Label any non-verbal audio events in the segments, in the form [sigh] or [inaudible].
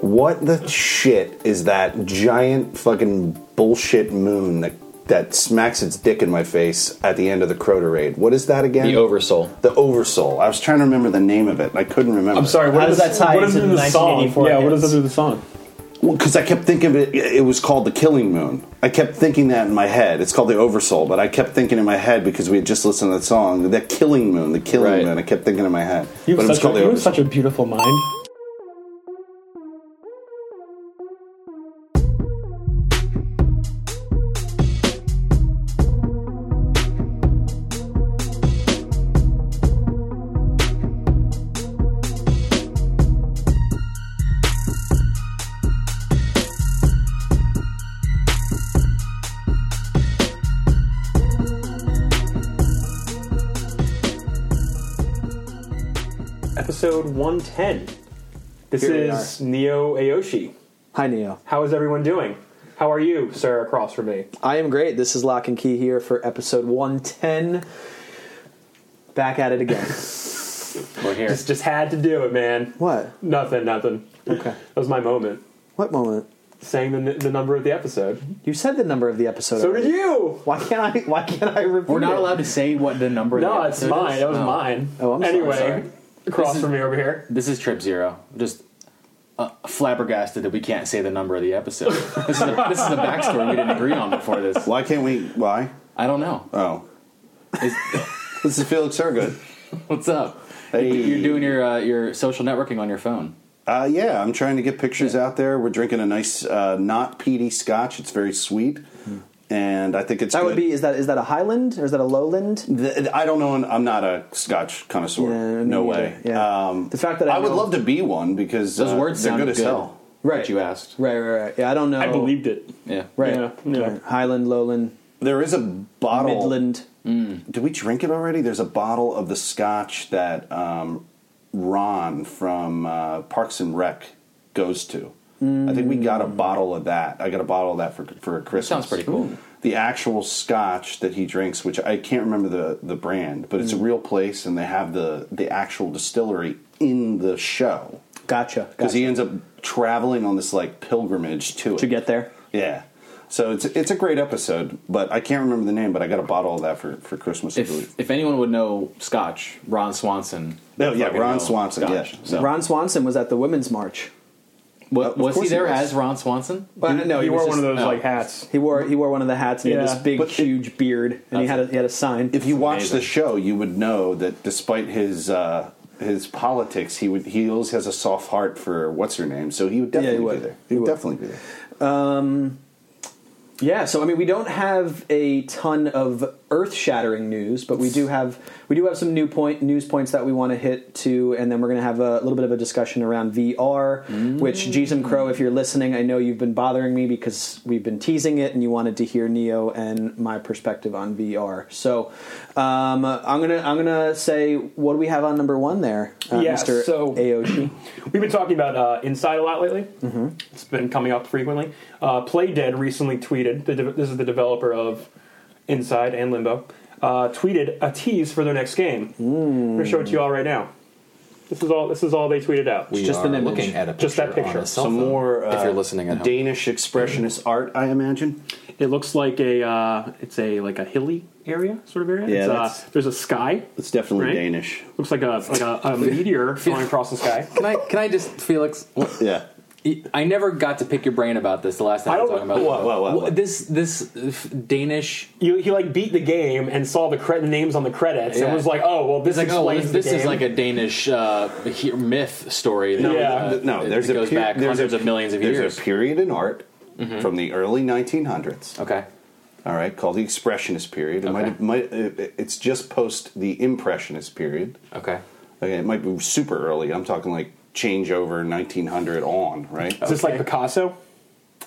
What the shit is that giant fucking bullshit moon that that smacks its dick in my face at the end of the Crota raid? What is that again? The Oversoul. The Oversoul. I was trying to remember the name of it. I couldn't remember. I'm sorry. What How is does that tie what does into it do the the song? 1984 Yeah. What does that hits? do to the song? because I kept thinking of it. It was called the Killing Moon. I kept thinking that in my head. It's called the Oversoul, but I kept thinking in my head because we had just listened to that song, the Killing Moon, the Killing Right. Moon. I kept thinking in my head, You but it have, was such called a, the you have Oversoul. such a beautiful mind. Episode 110. This Here we is Neo Aoshi. Hi, Neo. How is everyone doing? How are you, sir, across from me? I am great. This is Lock and Key here for episode 110. Back at it again. We're here. Just, just had to do it, man. what? Nothing, nothing. That Okay. was my moment. What moment? Saying the, the number of the episode. You said the number of the episode. So already. did you! Why can't I? Why can't I repeat? We're not it? allowed to say what the number. of No, the it's episode mine. is. That was Oh. mine. Oh, I'm sorry, anyway, sorry. across This is- from me over here. This is Trip Zero. Just uh, flabbergasted that we can't say the number of the [laughs] episode. this, is a, this is a backstory we didn't agree on before this. Why can't we? Why? I don't know. Oh, Is, [laughs] this is Felix Ergood. what's up? Hey. You're doing your uh, your social networking on your phone. Uh, yeah, I'm trying to get pictures out there. We're drinking a nice, uh, not peaty scotch. It's very sweet, and I think it's. Hmm. That good. would be. Is that is that a Highland or is that a Lowland? Th- I don't know. and I'm not a Scotch connoisseur. Yeah, me no neither. way. Yeah. Um, The fact that I I, would know- love to be one because Those uh, words they're sound good as hell. Right. That you asked. Right, right, right. Yeah, I don't know. I believed it. Yeah. Right. Yeah, yeah. Right. Highland, Lowland, There is a bottle. Midland. Did we drink it already? There's a bottle of the Scotch that um, Ron from uh, Parks and Rec goes to. I think we got a bottle of that. I got a bottle of that for for Christmas. Sounds pretty cool. the actual scotch that he drinks, which I can't remember the, the brand, but it's a real place and they have the, the actual distillery in the show. Gotcha. Because gotcha. he ends up traveling on this like pilgrimage to it. to get there. yeah. So it's it's a great episode, but I can't remember the name, but I got a bottle of that for, for Christmas, I believe. If, if anyone would know Scotch, Ron Swanson. No, yeah, fucking Ron knows Swanson, Scotch. yeah. So, Ron Swanson was at the Women's March. Wa- of was course he he there was. as Ron Swanson? But no, you wore was just- one of those no. like hats. He wore he wore one of the hats and he had Yeah. this big, But it- huge beard, and he had a, he had a sign. If you watch amazing. the show, you would know that despite his uh, his politics, he would he always has a soft heart for what's her name, so he would Yeah, he definitely be would. there. He He would would. definitely be there. Yeah, so I mean, we don't have a ton of earth-shattering news, but we do have we do have some new point news points that we want to hit to, and then we're going to have a little bit of a discussion around VR. Mm. Which Jason Crow, if you're listening, I know you've been bothering me because we've been teasing it, and you wanted to hear Neo and my perspective on VR. So um, I'm gonna I'm gonna say what do we have on number one there, uh, Yeah, Mr. so- Aoshi. We've been talking about uh, Inside a lot lately. Mm-hmm. It's been coming up frequently. Uh, Playdead recently tweeted, the de- this is the developer of Inside and Limbo, uh, tweeted a tease for their next game. I'm Hmm. going to show it to you all right now. This is all, this is all they tweeted out. We just are an image. looking at a picture Just that picture. on a cell Some phone, more uh, if you're listening at home. Danish expressionist art, I imagine. It looks like a, uh, it's a, like a hilly area, sort of area. Yeah, it's, that's- uh, there's a sky. It's definitely Right? Danish. Looks like a, like a, [laughs] a meteor flying across the sky. Can I can I just Felix? Yeah. I never got to pick your brain about this the last time I we were don't- talking about what, what, what, what? this this uh, f- Danish. [laughs] You, he like beat the game and saw the cre- names on the credits Yeah. and was like, oh, well, this It's like oh, well, explains this, the this is game. like a Danish uh, he- myth story. That, Yeah. uh, Th- no, that there's a goes pe- back there's a- hundreds of millions of there's years. Mm-hmm. a period in art from the early 1900s. okay, All right, called the Expressionist period. It Okay. might, might, uh, it's just post the Impressionist period. okay. Okay, it might be super early. I'm talking like changeover 1900 on, right? is this like Picasso?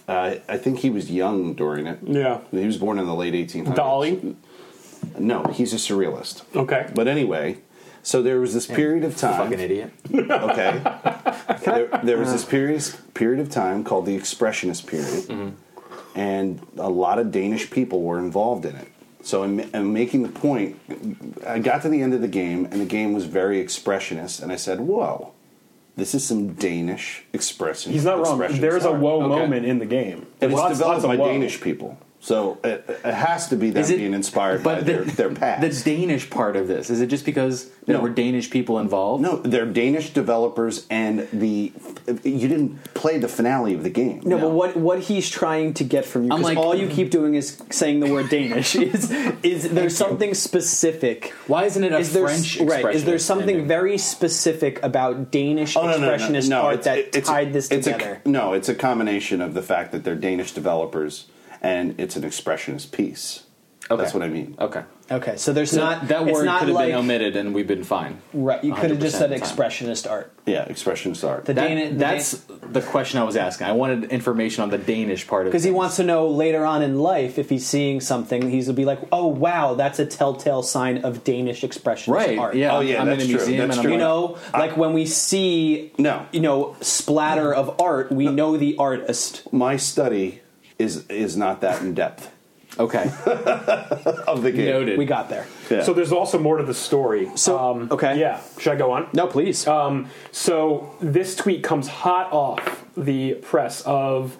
Uh, I think he was young during it. Yeah. He was born in the late 1800s. Dolly? No, he's a surrealist. Okay. But anyway, so there was this period of time. Fucking idiot. [laughs] okay. there, there was this period period of time called the Expressionist period, Mm-hmm. and a lot of Danish people were involved in it. So I'm, I'm making the point. I got to the end of the game, and the game was very expressionist, and I said, "Whoa, this is some Danish expression. He's not wrong. expression, There's a sorry. woe Okay. moment in the game. And it's Lots- developed lots of by woe. Danish people. So it, it has to be them Is it- being inspired by their, their past. The Danish part of this is it just because there No. were Danish people involved? no, they're Danish developers, and the you didn't play the finale of the game. No, No. but what what he's trying to get from you? I'm Because like- all you keep doing is saying the word [laughs] Danish. Is is there something specific? Why isn't it a Is there French right? Is there expressionist something ending? Oh, very specific about Danish Oh, expressionist art it's- that it- it's a- tied this it's a- together? no, it's a combination of the fact that they're Danish developers and it's an expressionist piece. That's Okay. what I mean. Okay. okay, so there's So not that it's word not could have like, been omitted and we've been fine. Right, you could have just 100% said of the time. expressionist art. Yeah, expressionist art. The That- Dani- the that's the question I was asking. I wanted information on the Danish part of Because he things. wants to know later on in life if he's seeing something, he's gonna be like, "Oh wow, that's a telltale sign of Danish expressionist right. art." Yeah. Oh, yeah, I'm that's in a true, museum that's and true. You I'm like, know, like when we see No. you know, splatter of art, we know the artist. My study is is not that in depth [laughs] okay, of the game. noted. We got there. Yeah. So there's also more to the story. Um, So, okay. Yeah. Should I go on? No, please. Um, so this tweet comes hot off the press of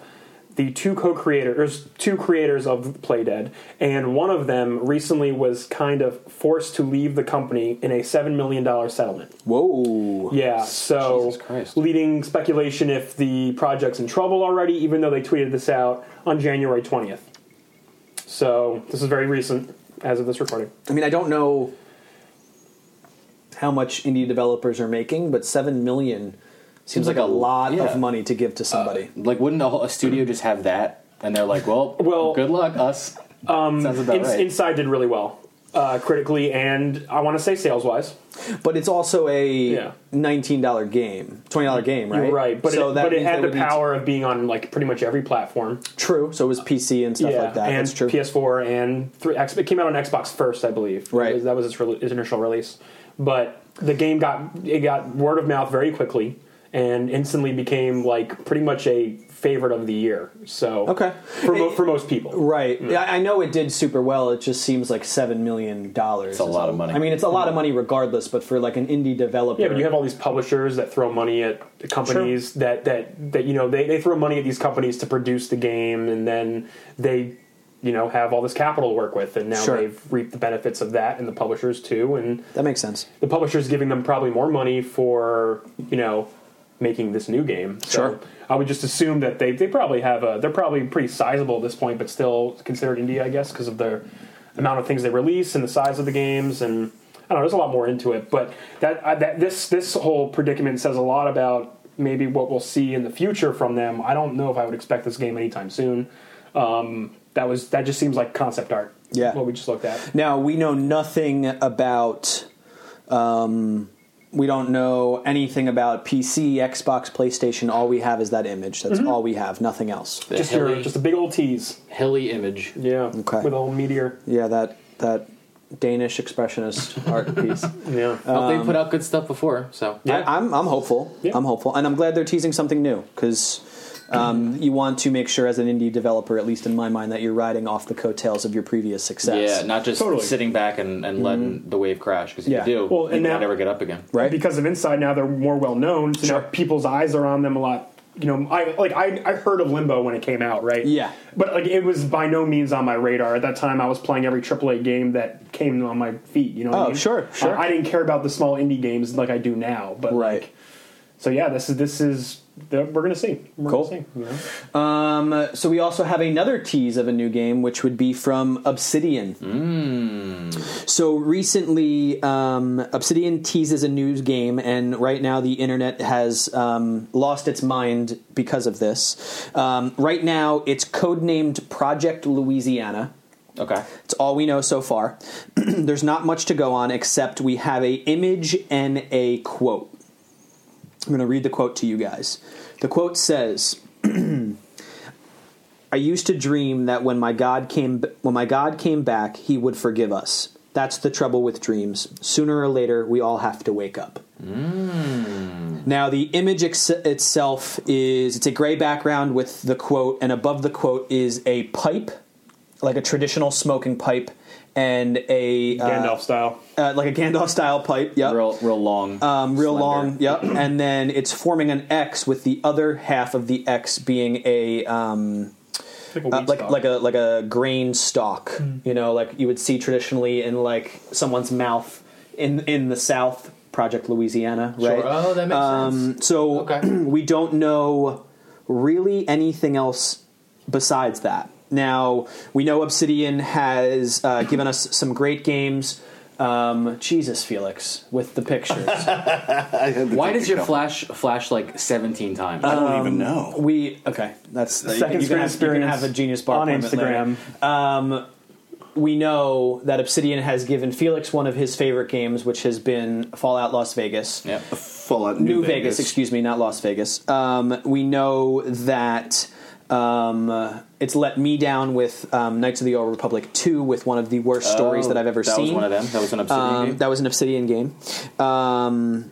the two co-creators, two creators of Play Dead, and one of them recently was kind of forced to leave the company in a seven million dollar settlement. Whoa. Yeah, so Jesus Christ. leading speculation if the project's in trouble already, even though they tweeted this out on January twentieth. So this is very recent, as of this recording. I mean, I don't know how much indie developers are making, but seven million seems like, like a a- lot yeah. of money to give to somebody. Uh, like, wouldn't a, whole, a studio just have that? And they're like, well, Well- good luck us. Sounds about Ins- right. Inside did really well, uh, critically and I want to say sales wise. but it's also a Yeah. nineteen dollar game, twenty dollar game, right? You're right, but it, but means it they had the would need to- power of being on like pretty much every platform. true. So it was PC and stuff like that. and That's true. PS4 and three, X, it came out on Xbox first, I believe. Right. It was- that was its, rele- its initial release. But the game got it got word of mouth very quickly and instantly became like pretty much a favorite of the year. So Okay. for, mo- It- for most people, Right. I I know it did super well. It just seems like seven million dollars. It's a lot of money. I mean, it's a lot of money regardless. But for like an indie developer, yeah. But you have all these publishers that throw money at companies that that that you know they they throw money at these companies to produce the game and then they you know have all this capital to work with and now Sure. they've reaped the benefits of that and the publishers too and that makes sense. the publisher's giving them probably more money for you know making this new game. So Sure. I would just assume that they they probably have a they're probably pretty sizable at this point, but still considered indie, I guess, because of the amount of things they release and the size of the games and. I don't know. There's a lot more into it, but that, I that this this whole predicament says a lot about maybe what we'll see in the future from them. I don't know if I would expect this game anytime soon. Um, that was that just seems like concept art. Yeah. what we just looked at. Now we know nothing about. Um, we don't know anything about PC, Xbox, PlayStation. All we have is that image. That's all we have. Nothing else. The Just your, hilly, just a big old tease. hilly image. Yeah. Okay. With a whole meteor. Yeah, that that Danish expressionist art [laughs] piece. Yeah. Uh, Oh, they put out good stuff before, so Yeah. I, I'm, I'm hopeful. Yeah. I'm hopeful, and I'm glad they're teasing something new because um, you want to make sure, as an indie developer, at least in my mind, that you're riding off the coattails of your previous success. yeah, not just Totally. sitting back and, and letting the wave crash because if Yeah. you do, Well, you and might now- never get up again. right? Because of Inside now, they're more well known. So now people's eyes are on them a lot. You know, I like I I heard of Limbo when it came out, right? Yeah. But like it was by no means on my radar at that time. I was playing every AAA game that came on my feet. You know. What Oh, I mean? sure, sure. I, I didn't care about the small indie games like I do now, but Right. Like, so yeah, this is this is we're gonna see. We're Cool. Gonna see, you know? Um, so we also have another tease of a new game, which would be from Obsidian. So recently, um, Obsidian teases a new game, and right now the internet has um, lost its mind because of this. Um, right now, it's codenamed Project Louisiana. Okay. It's all we know so far. [clears throat] There's not much to go on except we have a image and a quote. I'm going to read the quote to you guys. The quote says, [clears throat] "I used to dream that when my God came when my God came back, he would forgive us. That's the trouble with dreams. Sooner or later, we all have to wake up." Now the image ex- itself is it's a gray background with the quote and above the quote is a pipe like a traditional smoking pipe and a uh, Gandalf style. uh, like a Gandalf style pipe. Yep. real real long, um, real slender. long. [clears throat] Yep. And then it's forming an X with the other half of the X being a um, It's Like a, uh, wheat like stalk. like a like a grain stalk. Hmm. You know, like you would see traditionally in like someone's mouth in in the South, Project Louisiana, right? Sure. Oh, that makes sense. Um, so Okay. [clears throat] we don't know really anything else besides that. Now we know Obsidian has uh, given us some great games. Um, Jesus, Felix, with the pictures. I had to Why take a does your couple. flash flash like seventeen times? I don't even know. we okay. That's you second can- you can, have, you can experience have a genius bar on appointment later. Instagram. we know that Obsidian has given Felix one of his favorite games, which has been Fallout Las Vegas. yeah. Full out New, Vegas. excuse me, not Las Vegas. Um, we know that um, uh, it's let me down with um, Knights of the Old Republic 2 with one of the worst stories Oh, that I've ever that seen. was one of them. That was an obsidian game. Um, that was an Obsidian game. Um,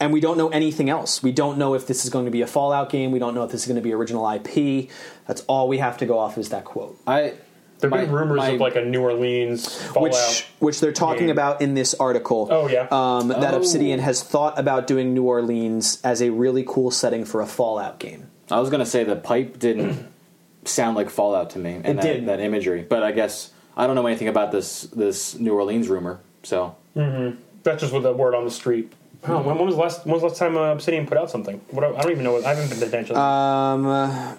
and we don't know anything else. We don't know if this is going to be a Fallout game. We don't know if this is going to be original IP. That's all we have to go off is that quote. I There've my- been rumors my- of like a New Orleans Fallout. which which they're talking game. about in this article. Oh, yeah. um, that Oh. Obsidian has thought about doing New Orleans as a really cool setting for a Fallout game. I was gonna say the pipe didn't [clears throat] sound like Fallout to me, and It that, didn't. that imagery. But I guess I don't know anything about this this New Orleans rumor. So That's just what the word on the street. Huh, when, when was the last when was the last time uh, Obsidian put out something? What, I don't even know. What, I haven't been paying attention. Um, uh,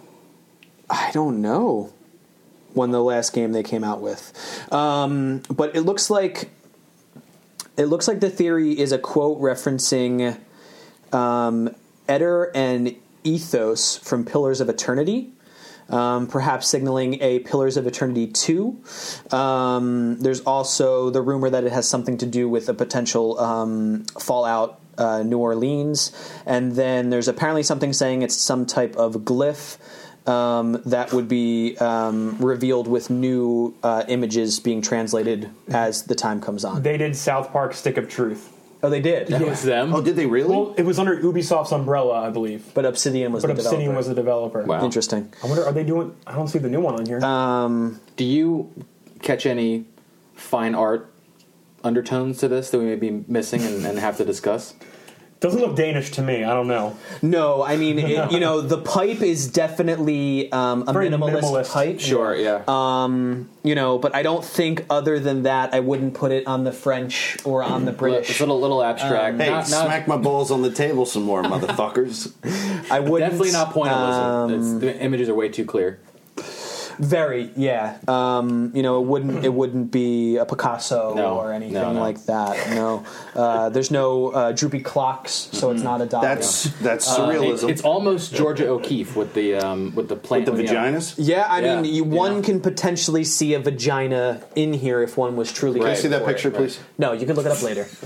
I don't know when the last game they came out with, um, but it looks like it looks like the theory is a quote referencing um, Eder and Ethos from Pillars of Eternity. Um, perhaps signaling a Pillars of Eternity 2. Um, there's also the rumor that it has something to do with a potential um, Fallout uh, New Orleans. And then there's apparently something saying it's some type of glyph um, that would be um, revealed with new uh, images being translated as the time comes on. they did South Park Stick of Truth. oh, they did. that was them. Oh, did they really? Well, it was under Ubisoft's umbrella, I believe. But Obsidian was But the Obsidian developer. was the developer. Wow. Interesting. I wonder, are they doing? I don't see the new one on here. Uh, Do you catch any fine art undertones to this that we may be missing and, and have to discuss? Doesn't look Danish to me. I don't know. No, I mean, it, you know, the pipe is definitely um, a Very minimalist, minimalist. pipe. Sure, yeah. You know, but I don't think other than that, I wouldn't put it on the French or on the it's British. a little little abstract. Um, hey, Not- not- smack my balls on the table some more, motherfuckers. I wouldn't. um, definitely not Um, pointillism. It's- the images are way too clear. Very, yeah. Um, you know, it wouldn't. It wouldn't be a Picasso No, or anything no, no. like that. No, uh, there's no uh, droopy clocks, so it's not a Dali. That's that's It- surrealism. it's almost Georgia O'Keeffe with the um, with the plane with the you know. vaginas. yeah, I Yeah, mean, you, yeah. one can potentially see a vagina in here if one was truly. Right. See that for it. picture, right. please. No, you can look it up later. He [laughs]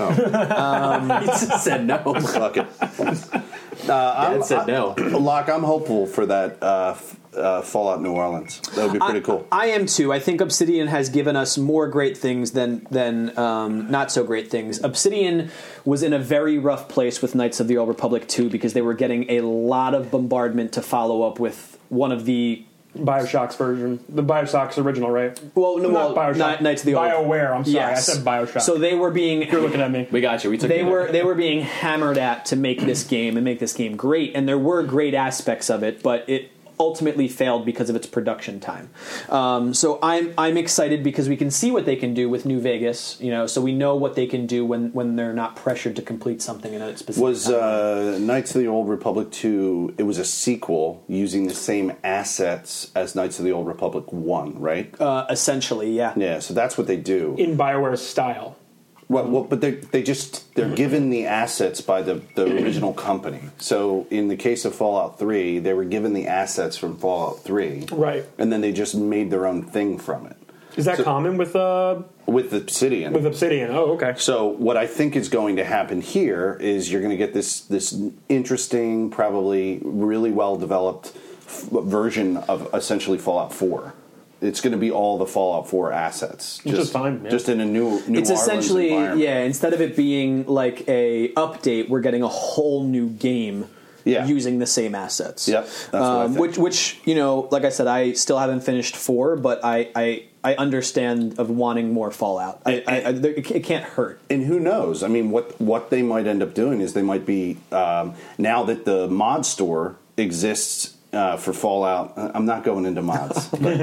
just [laughs] said no. Fuck it. Dad said no. Locke, I'm hopeful for that uh, f- uh, Fallout New Orleans. That would be pretty cool. I am too. I think Obsidian has given us more great things than than um, not so great things. Obsidian was in a very rough place with Knights of the Old Republic too because they were getting a lot of bombardment to follow up with one of the Bioshock's version, the Bioshock's original, right? well, no, Not well, Bioshock. Kni- Knights of the Old Bioware. I'm sorry, Yes. I said Bioshock. So they were being you're looking at me. We got you. We took they you there. were they were being hammered at to make this game and make this game great and there were great aspects of it but it ultimately failed because of its production time um, so I'm I'm excited because we can see what they can do with New Vegas you know so we know what they can do when when they're not pressured to complete something in a specific Was timeline. uh, Knights of the Old Republic 2, it was a sequel using the same assets as Knights of the Old Republic 1, right? uh, essentially yeah yeah, so that's what they do. in Bioware's style. Well, well, but they they just they're given the assets by the the original company. So in the case of Fallout Three, they were given the assets from Fallout Three, Right. And then they just made their own thing from it Is that common with uh with Obsidian. with Obsidian? Oh, okay. so what I think is going to happen here is you're going to get this this interesting, probably really well developed f- version of essentially Fallout Four. It's going to be all the Fallout Four assets, Which is fine, yeah. just in a new New it's Orleans essentially environment. yeah instead of it being like a update we're getting a whole new game Yeah. using the same assets Yep, that's what I um, think. which which you know like i said i still haven't finished four but i i I understand of wanting more Fallout. I, I, I, there- it can't [laughs] hurt. and who knows? I mean, what what they might end up doing is they might be um, now that the mod store exists uh, for Fallout. I- I'm not going into [laughs] mods. but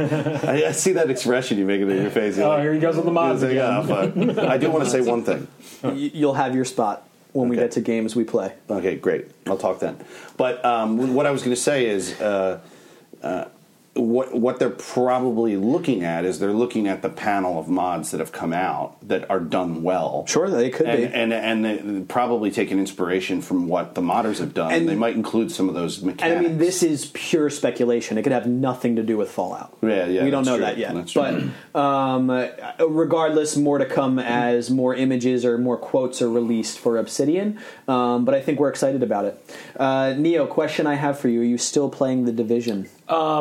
I, I see that expression you making in your face. You're Oh, like, here he goes with the mods "Yeah, again. but I do want to say one thing. Y- You'll have your spot when we Okay. get to games we play. Okay, great. I'll talk then. But um, what I was going to say is, uh, uh, what what they're probably looking at is they're looking at the panel of mods that have come out that are done well. Sure, they could be. and, and and they probably taking inspiration from what the modders have done. And- they might include some of those And mechanics. I mean, this is pure speculation. It could have nothing to do with Fallout. Yeah, yeah, We don't that's know true. that yet. That's true. but um, uh, regardless, more to come as more images or more quotes are released for Obsidian. Um, but I think we're excited about it. Uh, Neo, question I have for you: Are you still playing The Division?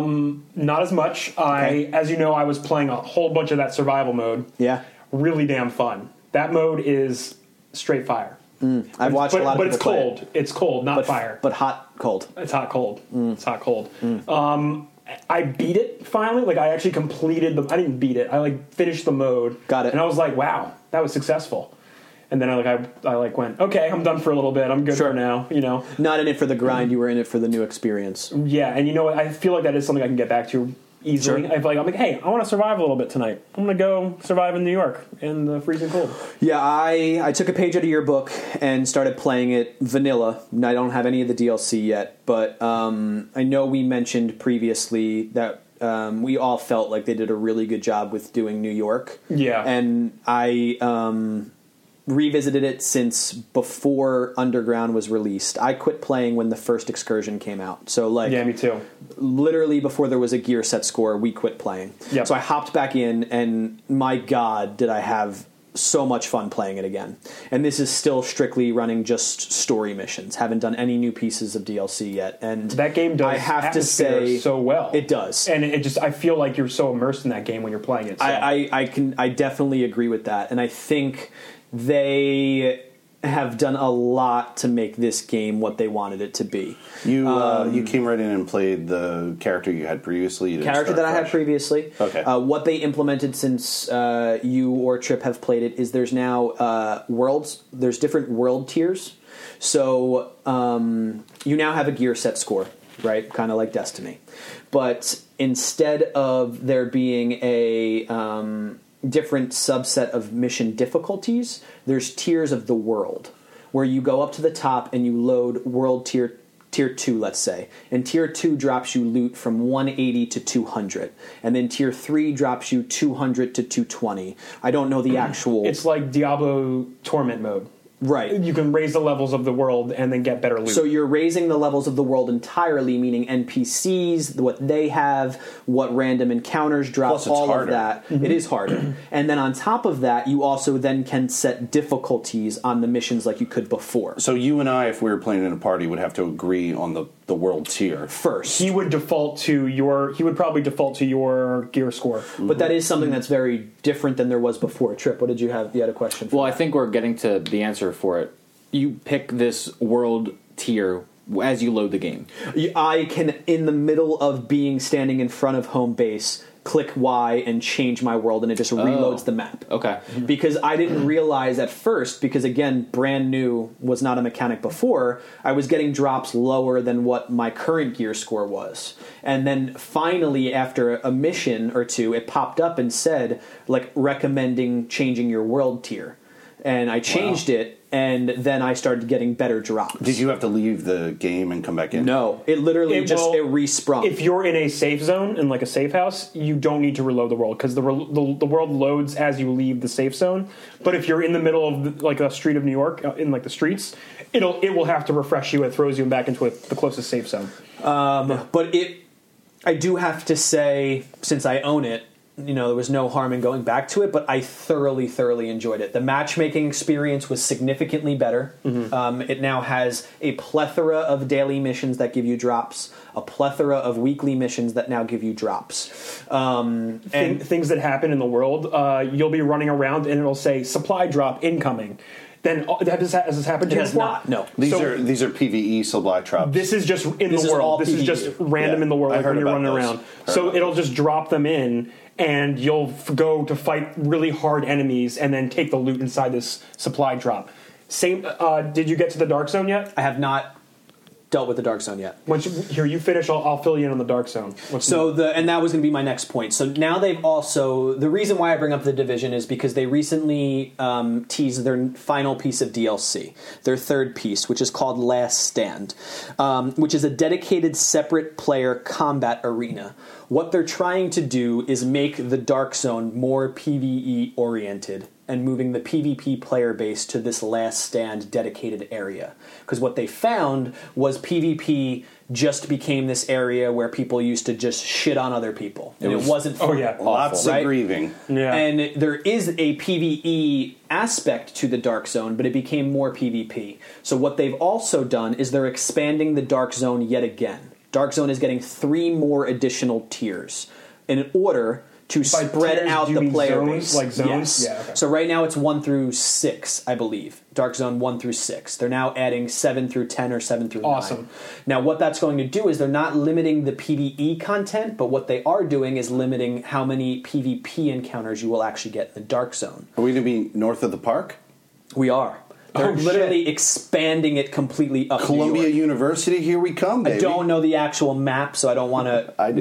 Not as much. I, Okay. as you know, I was playing a whole bunch of that survival mode. Yeah, Really damn fun. That mode is straight fire. Mm, I've watched but, a lot of but people it's play it. cold. It's cold, not but fire. but Mm. hot, cold. It's hot cold. It's hot cold. Um, I beat it finally. Like I actually completed the. I didn't beat it. I like finished the mode. Got it. And I was like, wow, that was successful. And then I like I, I like went okay. I'm done for a little bit. I'm good Sure. for now. You know. Not in it for the grind. Mm-hmm. You were in it for the new experience. Yeah. And you know what? I feel like that is something I can get back to easily. Sure. I feel like I'm like, hey, I want to survive a little bit tonight. I'm gonna go survive in New York in the freezing cold. Yeah, I I took a page out of your book and started playing it vanilla. And I don't have any of the DLC yet, but um, I know we mentioned previously that um, we all felt like they did a really good job with doing New York. Yeah. and I um, revisited it since before Underground was released. I quit playing when the first Excursion came out, so like Yeah, me too. literally before there was a gear set score, we quit playing. Yep. So I hopped back in, and my God, did I have so much fun playing it again. And this is still strictly running just story missions. Haven't done any new pieces of DLC yet. And That game does. I have to atmosphere say so well. It does. And it just I feel like you're so immersed in that game when you're playing it. So. I, I, I can I definitely agree with that, and I think they have done a lot to make this game what they wanted it to be. you uh, um, you came right in and played the character you had previously. You didn't character start that I had fresh. previously. Okay. Uh, what they implemented since uh, you or Trip have played it is there's now uh, worlds. There's different world tiers, so um, you now have a gear set score, right? Kind of like Destiny, but instead of there being a um, different subset of mission difficulties, there's tiers of the world where you go up to the top and you load world tier tier 2 let's say and tier 2 drops you loot from 180 to 200 and then tier 3 drops you 200 to 220 i don't know the actual It's like Diablo Torment mode. right You can raise the levels of the world and then get better loot. so you're raising the levels of the world entirely meaning npcs what they have what random encounters drop Plus, it's all harder. of that It is harder [clears throat] and then on top of that you also then can set difficulties on the missions like you could before So you and I, if we were playing in a party, would have to agree on the the world tier. first he would default to your. He would probably default to your gear score. but that is something that's very different than there was before trip what did you have you had a question for Well, I think we're getting to the answer for it. You pick this world tier as you load the game. I can, in the middle of being standing in front of home base, click Y and change my world, and it just Oh. reloads the map. Okay. Because I didn't realize at first, because again, brand new was not a mechanic before, I was getting drops lower than what my current gear score was. And then finally, after a mission or two, it popped up and said, like, recommending changing your world tier. And I changed it, and then I started getting better drops. Did you have to leave the game and come back in? No, it literally It just will- it resprung. If you're in a safe zone in like a safe house, you don't need to reload the world because the, re- the the world loads as you leave the safe zone. But if you're in the middle of like a street of New York, uh, in like the streets, it'll it will have to refresh you. It throws you back into a, the closest safe zone. but it, I do have to say, since I own it, you know, there was no harm in going back to it. But I thoroughly, thoroughly enjoyed it. The matchmaking experience was significantly better. Mm-hmm. Um, it now has a plethora of daily missions that give you drops, a plethora of weekly missions that now give you drops, um, thing, and things that happen in the world, uh, you'll be running around and it'll say supply drop incoming. Then uh, that- has this, has this happened to it you has before? not. No, These So- are these are PVE supply traps. This is just in This the is all world. This is PvE. just random Yeah, in the world I like when heard you're about running those. around. Heard So about it'll just drop them in and you'll f- go to fight really hard enemies and then take the loot inside this supply drop. Same. Uh, did you get to the dark zone yet? I have not dealt with the dark zone yet. Once you, here you finish, I'll, I'll fill you in on the dark zone. What's So the and that was going to be my next point. So now they've also the reason why I bring up the division is because they recently um, teased their final piece of DLC, their third piece, which is called Last Stand, um, which is a dedicated separate player combat arena. What they're trying to do is make the Dark Zone more PVE oriented and moving the PvP player base to this last stand dedicated area. Because what they found was PvP just became this area where people used to just shit on other people. And it, was- was, not Oh, yeah. Lots of right? grieving. Yeah. And there is a PvE aspect to the Dark Zone, but it became more PvP. So what they've also done is they're expanding the Dark Zone yet again. Dark Zone is getting three more additional tiers in order to spread tiers, out do you the mean player zones? base. Like zones? Yeah, okay. So right now it's one through six, I believe. Dark Zone one through six. They're now adding seven through ten or seven through Awesome. nine. Now, what that's going to do is they're not limiting the PvE content, but what they are doing is limiting how many PvP encounters you will actually get in the Dark Zone. Are we going to be north of the park? We are. They're Oh, shit. literally expanding it completely up. to Columbia New York. University, here we come, baby. I don't know the actual map, so I don't want [laughs] I to do.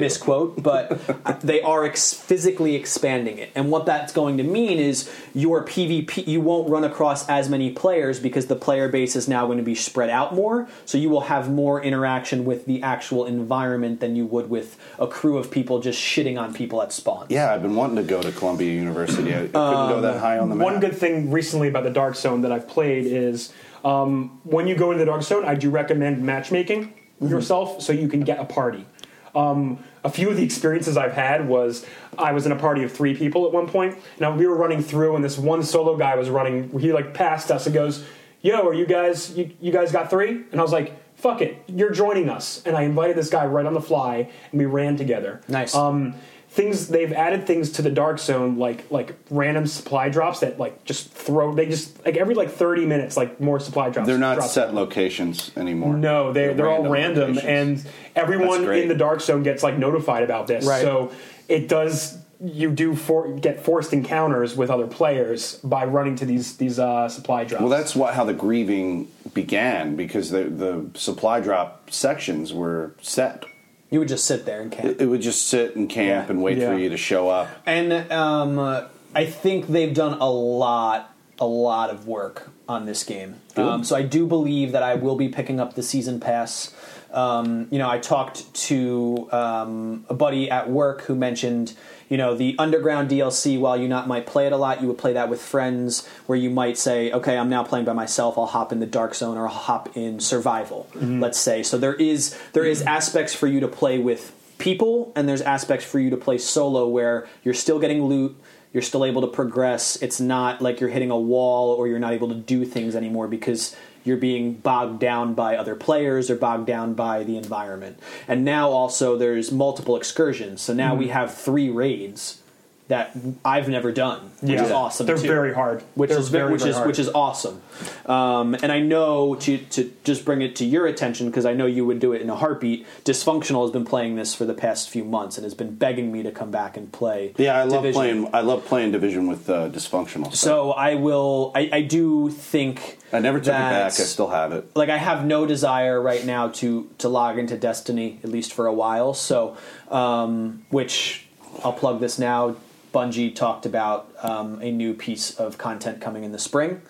[laughs] misquote, but they are ex- physically expanding it. And what that's going to mean is your PvP, you won't run across as many players because the player base is now going to be spread out more, so you will have more interaction with the actual environment than you would with a crew of people just shitting on people at spawns. Yeah, I've been wanting to go to Columbia University. I, I couldn't go that high on the map. One good thing recently about the Dark Zone that I've played is um, when you go into the Dark Zone, I do recommend matchmaking Mm-hmm. yourself so you can get a party. Um, a few of the experiences I've had was I was in a party of three people at one point. Now we were running through, and this one solo guy was running. He like passed us and goes, "Yo, are you guys? You, you guys got three? And I was like, "Fuck it, you're joining us." And I invited this guy right on the fly, and we ran together. Nice. Um, um, things they've added things to the dark zone like like random supply drops that like just throw they just like every like 30 minutes like more supply drops They're not drop. set locations anymore. no they, they're, all random locations. and everyone That's great. in the dark zone gets like notified about this Right. so it does you do for, get forced encounters with other players by running to these these uh, supply drops well, that's why, how the grieving began because the the supply drop sections were set. You would just sit there and camp. It would just sit and camp Yeah. and wait for Yeah. you to show up. And um, uh, I think they've done a lot, a lot of work on this game. Um, so I do believe that I will be picking up the season pass. Um, you know, I talked to um, a buddy at work who mentioned, you know, the underground DLC. While you not might play it a lot, you would play that with friends, where you might say, "Okay, I'm now playing by myself. I'll hop in the dark zone or I'll hop in survival." Let's say. So there is there is aspects for you to play with people and there's aspects for you to play solo where you're still getting loot you're still able to progress it's not like you're hitting a wall or you're not able to do things anymore because you're being bogged down by other players or bogged down by the environment and now also there's multiple excursions so now Mm-hmm. we have three raids that i've never done which is awesome they're too very hard which They're is ve- very, which very is hard. which is awesome. Um, and I know to to just bring it to your attention because I know you would do it in a heartbeat. Dysfunctional has been playing this for the past few months and has been begging me to come back and play. Yeah, I love Division. playing. I love playing division with uh, dysfunctional. So So I will. I, I do think I never took it back. I that- still have it. like I have no desire right now to to log into Destiny at least for a while. So, um, which I'll plug this now. Bungie talked about um, a new piece of content coming in the spring.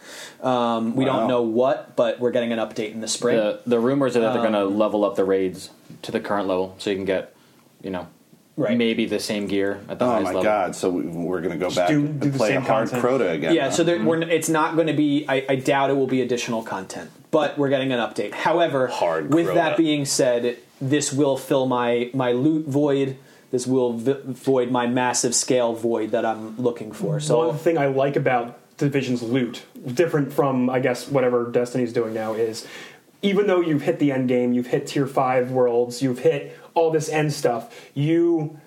Um, we Wow. don't know what, but we're getting an update in the spring. The, the rumors are that they're going to level up the raids to the current level, so you can get, you know, Right. maybe the same gear at the Oh highest my level. god! So we, we're going to go back do- and do the play a same hard content. Crota again. yeah, huh? so there, we're, it's not going to be. I, I doubt it will be additional content, but we're getting an update. However, Hard with grow that up. being said, this will fill my my loot void. This will vi- void my massive scale void that I'm looking for. So one thing I like about Division's loot, different from I guess whatever Destiny's doing now, is even though you've hit the end game, you've hit tier five worlds, you've hit all this end stuff, you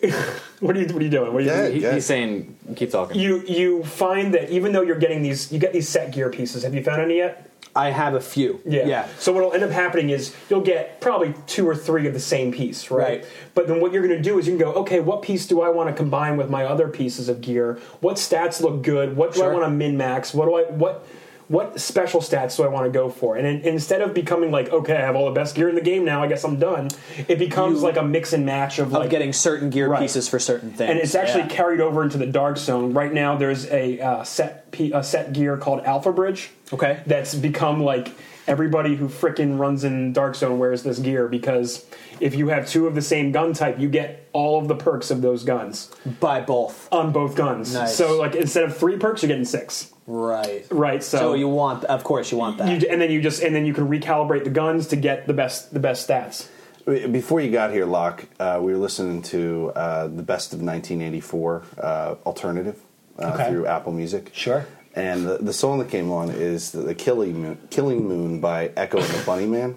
[laughs] what are you What are you doing? What are you? Yeah. He, He's saying, keep talking. You you find that even though you're getting these, you get these set gear pieces. Have you found any yet? I have a few. Yeah. So what'll end up happening is you'll get probably two or three of the same piece, right? Right. But then what you're going to do is you can go, okay, what piece do I want to combine with my other pieces of gear? What stats look good? What do I Sure. want to min max? What do I what what special stats do I want to go for? And in, instead of becoming like, okay, I have all the best gear in the game now, I guess I'm done. It becomes You- like a mix and match of, Of like getting certain gear Right. pieces for certain things. and it's actually Yeah. carried over into the dark zone. Right now, there's a uh, set p- a set gear called Alpha Bridge. Okay. that's become like everybody who frickin' runs in dark zone wears this gear because if you have two of the same gun type, you get all of the perks of those guns by both. on both guns. Nice. So like instead of three perks, you're getting six. Right. Right. So, So you want, of course, you want that. you, and then you just and then you can recalibrate the guns to get the best the best stats. Before you got here, Locke, uh, we were listening to uh, the best of 1984 uh, alternative uh, Okay. through Apple Music. Sure. And the, the song that came on is the, the Killing Moon, Killing Moon by Echo and the Bunny Man.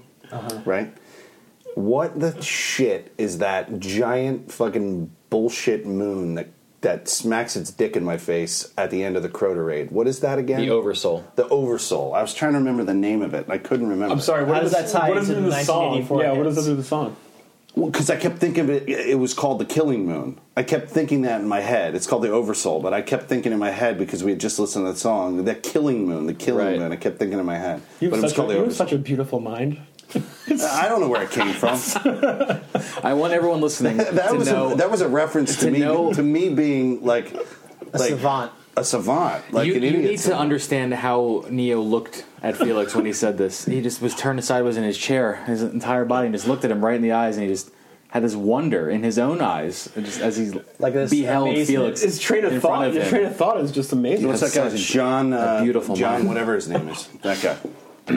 Right? What the shit is that giant fucking bullshit moon that that smacks its dick in my face at the end of the Crota raid? What is that again? The oversoul. The Oversoul. I was trying to remember the name of it. and I couldn't remember. I'm sorry. What How is does that tie what is into in the song? 1984 Yeah. What does hits? it do in the song? because I kept thinking of it. It was called the Killing Moon. I kept thinking that in my head. It's called the Oversoul, but I kept thinking in my head because we had just listened to the song, the Killing Moon, the Killing Right. Moon. I kept thinking in my head, You but have it was such a- called the you have Oversoul. such a beautiful mind. I don't know where it [laughs] came from. I want everyone [laughs] listening That to was know a, that was a reference to, to me know- to me being like a like savant. a savant, like you, an you idiot. need to understand how Neo looked at Felix when he said this. He just was turned sideways in his chair, his entire body, and just looked at him right in the eyes, and he just had this wonder in his own eyes and just as he Like this beheld amazement. Felix His train of in thought. front of his him. train of thought is just amazing. What's that guy's such John? Uh, beautiful John, mind. whatever his name is. That guy.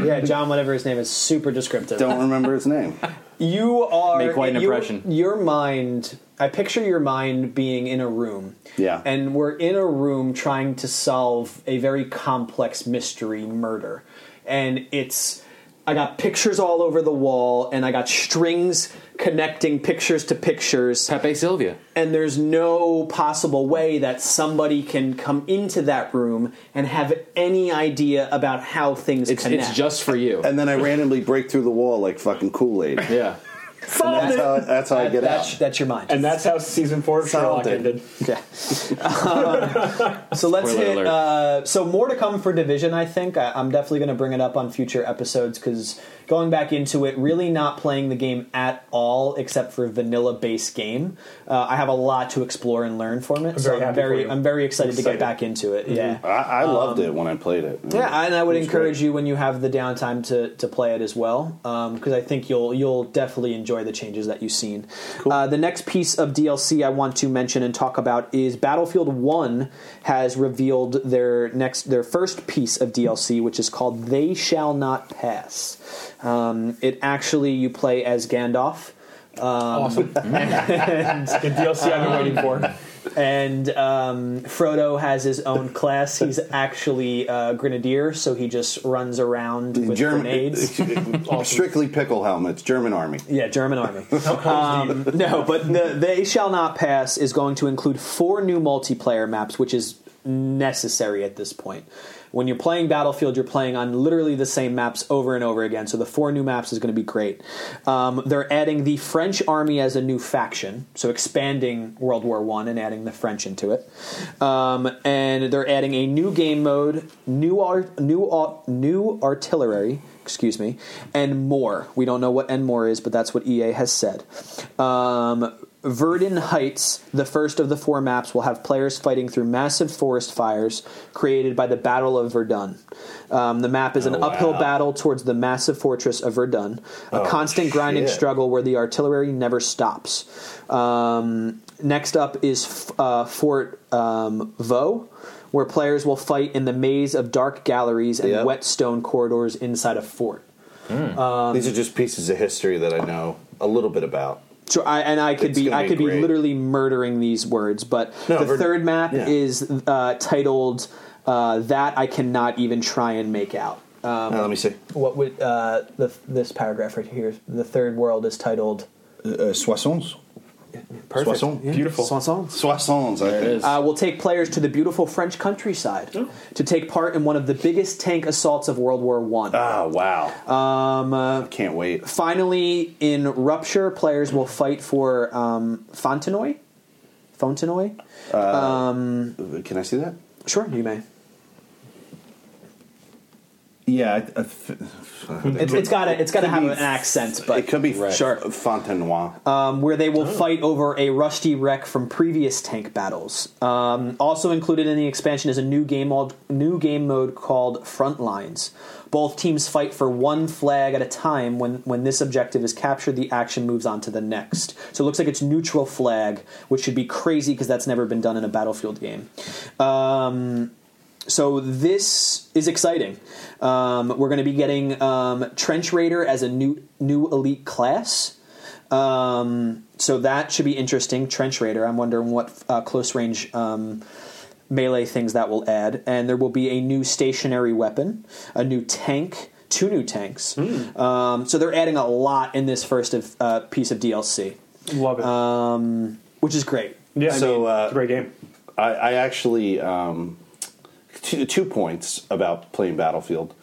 yeah, John, whatever his name is, super descriptive. Don't remember his name. You are Make quite an your- impression. Your mind. I picture your mind being in a room. Yeah. And we're in a room trying to solve a very complex mystery murder. And it's I got pictures all over the wall and I got strings connecting pictures to pictures Pepe Silvia. and there's no possible way that somebody can come into that room and have any idea about how things It's connect. it's just for you. And then I randomly break through the wall like fucking Kool Aid. yeah. Solved That's it! how, Uh, that's how I get out. that's, that's your mind. and that's how season four of Sherlock Solved it. ended. Okay. Um, so let's Spoiler hit. alert. Uh, so more to come for Division. I think I, I'm definitely going to bring it up on future episodes because going back into it, really not playing the game at all except for vanilla base game. Uh, I have a lot to explore and learn from it. so very I'm happy for very, you. I'm very excited, to Excited. Mm-hmm. get back into it. I, Yeah. I loved it when I played it. Um, Yeah, and I would It was encourage great. you when you have the downtime to, to play it as well, because I think you'll you'll definitely enjoy the changes that you've seen. Uh, the next piece of DLC I want to mention and talk about is Battlefield One has revealed their next their first piece of DLC, which is called "They Shall Not Pass." Um, it actually you play as Gandalf. awesome. the DLC I've been waiting for. and um, Frodo has his own class. He's actually a grenadier, so he just runs around with grenades. [laughs] strictly pickle helmets. German army. Yeah, German army. um, no, but the They Shall Not Pass is going to include four new multiplayer maps, which is necessary at this point. When you're playing Battlefield, you're playing on literally the same maps over and over again, so the four new maps is going to be great. Um, they're adding the French army as a new faction, so expanding World War One and adding the French into it. Um, and they're adding a new game mode, new art, new art, new artillery, excuse me, and more. We don't know what and more is, but that's what EA has said. Um, Verdun Heights, the first of the four maps, will have players fighting through massive forest fires created by the Battle of Verdun. Um, the map is an Oh, wow. Oh, uphill battle towards the massive fortress of Verdun, a constant grinding shit. struggle where the artillery never stops. Um, next up is uh, Fort um, Vaux, where players will fight in the maze of dark galleries and Yep. wet stone corridors inside a fort. Um, These are just pieces of history that I know a little bit about. So I and I could It's be gonna I be could be great. literally murdering these words, but No, the Verd- third map yeah. is uh, titled uh, "That I Cannot Even Try and Make Out." Now, Uh, let me see. What would uh, the, this paragraph right here? The third world is titled Uh, Soissons. Perfect. Soissons. Beautiful. Soissons. Soissons, I it think. is. uh, will take players to the beautiful French countryside to take part in one of the biggest tank assaults of World War One. Ah, wow. um, uh, Can't wait. finally, in Rupture, players will fight for um, Fontenoy. Fontenoy? Can I see that? Sure, you may. Yeah. I, I f- It's, it's got to it's got to have be- an accent, but it could be Sure. Fontenoy. um, where they will fight over a rusty wreck from previous tank battles. Um, also included in the expansion is a new game mode, new game mode called Frontlines. Both teams fight for one flag at a time. When when this objective is captured, the action moves on to the next. So it looks like it's neutral flag, which should be crazy because that's never been done in a battlefield game. Um, so this is exciting. Um, we're going to be getting um, Trench Raider as a new new elite class. Um, so that should be interesting. Trench Raider. I'm wondering what uh, close range um, melee things that will add. And there will be a new stationary weapon, a new tank, two new tanks. Hmm. Um, so they're adding a lot in this first of, uh, piece of DLC, Love it. um, which is great. yeah. so, So uh, it's a great game. I, I actually um, two, two points about playing Battlefield.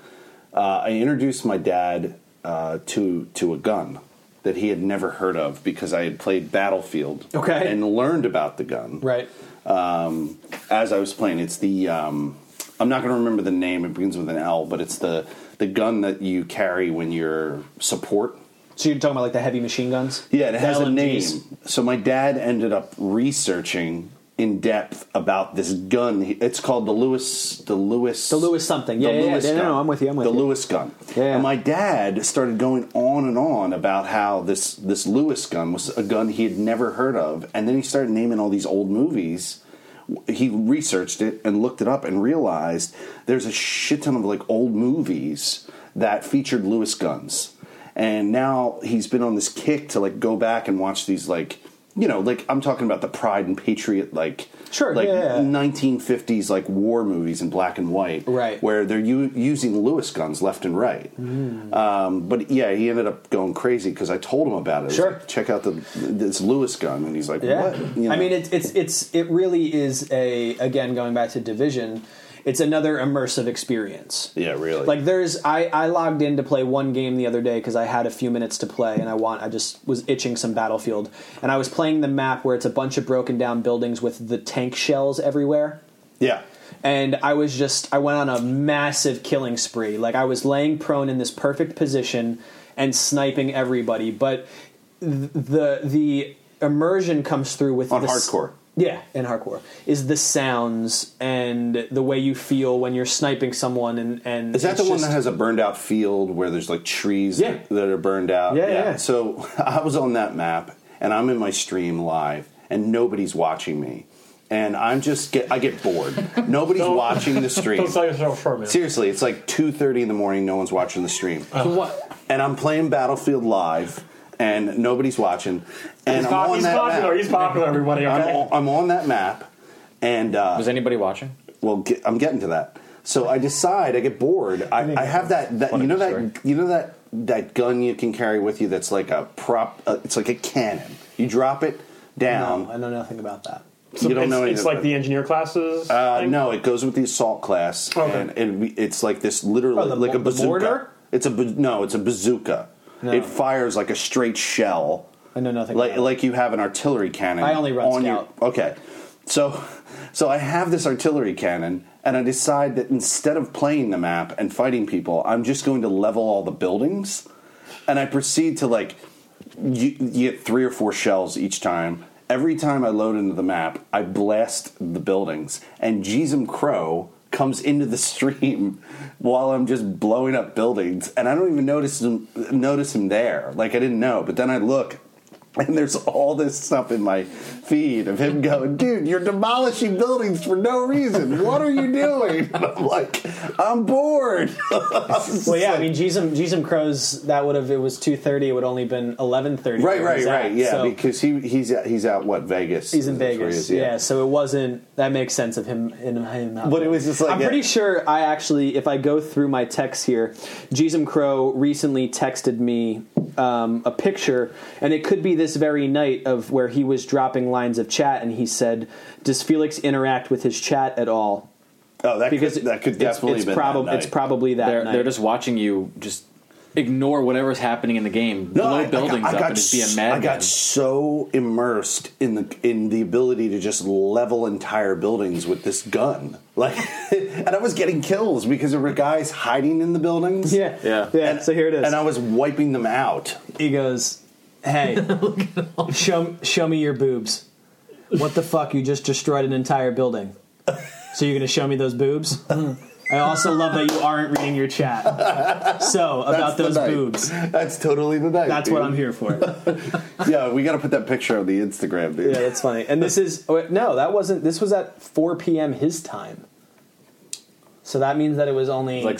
Uh, I introduced my dad uh, to to a gun that he had never heard of because I had played Battlefield, Okay. and learned about the gun Right. um, as I was playing. It's the um, I'm not going to remember the name. It begins with an L, but it's the the gun that you carry when you're support. So you're talking about like the heavy machine guns? Yeah, it has The a name. LMGs. So my dad ended up researching in depth about this gun. He- It's called the Lewis. The Lewis. The Lewis something. Yeah, yeah, yeah. No, no, I'm with you, I'm with the you. Lewis gun. Yeah. And my dad started going on and on about how this this Lewis gun was a gun he had never heard of, and then he started naming all these old movies. He researched it and looked it up and realized there's a shit ton of like old movies that featured Lewis guns. And now he's been on this kick to like go back and watch these like you know like I'm talking about the Pride and Patriot like Sure, like yeah, yeah. 1950s like war movies in black and white Right. where they're u- using Lewis guns left and right. Hmm. Um, but yeah, he ended up going crazy because I told him about it. I was Sure. like, check out the this Lewis gun, and he's like, Yeah, what? You know. I mean, it's it's it's it really is a again going back to division. It's another immersive experience. yeah, really. Like there's, I I logged in to play one game the other day because I had a few minutes to play and I want I just was itching some Battlefield and I was playing the map where it's a bunch of broken down buildings with the tank shells everywhere yeah, and I was just I went on a massive killing spree. Like I was laying prone in this perfect position and sniping everybody, but th- the the immersion comes through with On the s- hardcore. yeah, in hardcore is the sounds and the way you feel when you're sniping someone and and is that it's the one just- that has a burned out field where there's like trees Yeah. that, that are burned out? Yeah, yeah. So [laughs] I was on that map, and I'm in my stream live, and nobody's watching me, and I'm just get I get [laughs] bored. nobody's Don't- watching the stream. Don't sell yourself short, man. Seriously, it's like two thirty in the morning. No one's watching the stream. Uh. So what? and I'm playing Battlefield Live, and nobody's watching. And He's, I'm pop- on he's that popular. map. He's popular. Everybody. I'm, Okay. on, I'm on that map, and uh, Was anybody watching? well, get, I'm getting to that. So I decide I get bored. I, I have that, that you know that story. you know that that gun you can carry with you that's like a prop. Uh, it's like a cannon. You drop it down. No, I know nothing about that. So you don't it's, know It's anything. like the engineer classes. Uh, thing? no, it goes with the assault class, Okay. and, and we- it's like this literally Oh, the like a bo- the bazooka. mortar? It's a ba- no, it's a bazooka. It fires like a straight shell. I know nothing Like about it. like you have an artillery cannon. I only run on your- scout. okay, so so I have this artillery cannon, and I decide that instead of playing the map and fighting people, I'm just going to level all the buildings, and I proceed to like you, you get three or four shells each time. Every time I load into the map, I blast the buildings, and Jeezum Crow comes into the [laughs] stream while I'm just blowing up buildings, and I don't even notice him, notice him there. Like I didn't know, but then I look, and there's all this stuff in my feed of him going, dude, you're demolishing buildings for no reason. What are you doing? [laughs] And I'm like, I'm bored. [laughs] Well, yeah, I mean, Jeezum Jeezum Crows. That would have it was two thirty. It would only been eleven thirty. right, right, right. Yeah, so because he he's at, he's out what Vegas. he's in That's where he is, Vegas. yeah. so it wasn't. That makes sense of him. In him, not But it was just like I'm a- pretty sure I actually, if I go through my texts here, Jeezum Crow recently texted me. Um, um, a picture, and it could be this very night of where he was dropping lines of chat, and he said, "Does Felix interact with his chat at all?" Oh, that Because could, that could it's- definitely it's, have been probab- that it's night. probably that they're night. they're just watching you just ignore whatever's happening in the game. No, Blow I- I got- buildings I up got and just be s- a madman. I got so immersed in the in the ability to just level entire buildings with this gun, like, [laughs] and I was getting kills because there were guys hiding in the buildings. yeah, Yeah. yeah, yeah. And- so here it is. and I was wiping them out. He goes, [laughs] "Hey, show show me your boobs. What the fuck? You just destroyed an entire building. So you're gonna show me those boobs?" I also love that you aren't reading your chat. So about the those night. boobs. [laughs] That's totally the night. That's dude. what I'm here for. Yeah, we got to put that picture on the Instagram, dude. [laughs] yeah, that's funny. And this is oh, wait, no, that wasn't. This was at 4 p.m. his time. So that means that it was only Like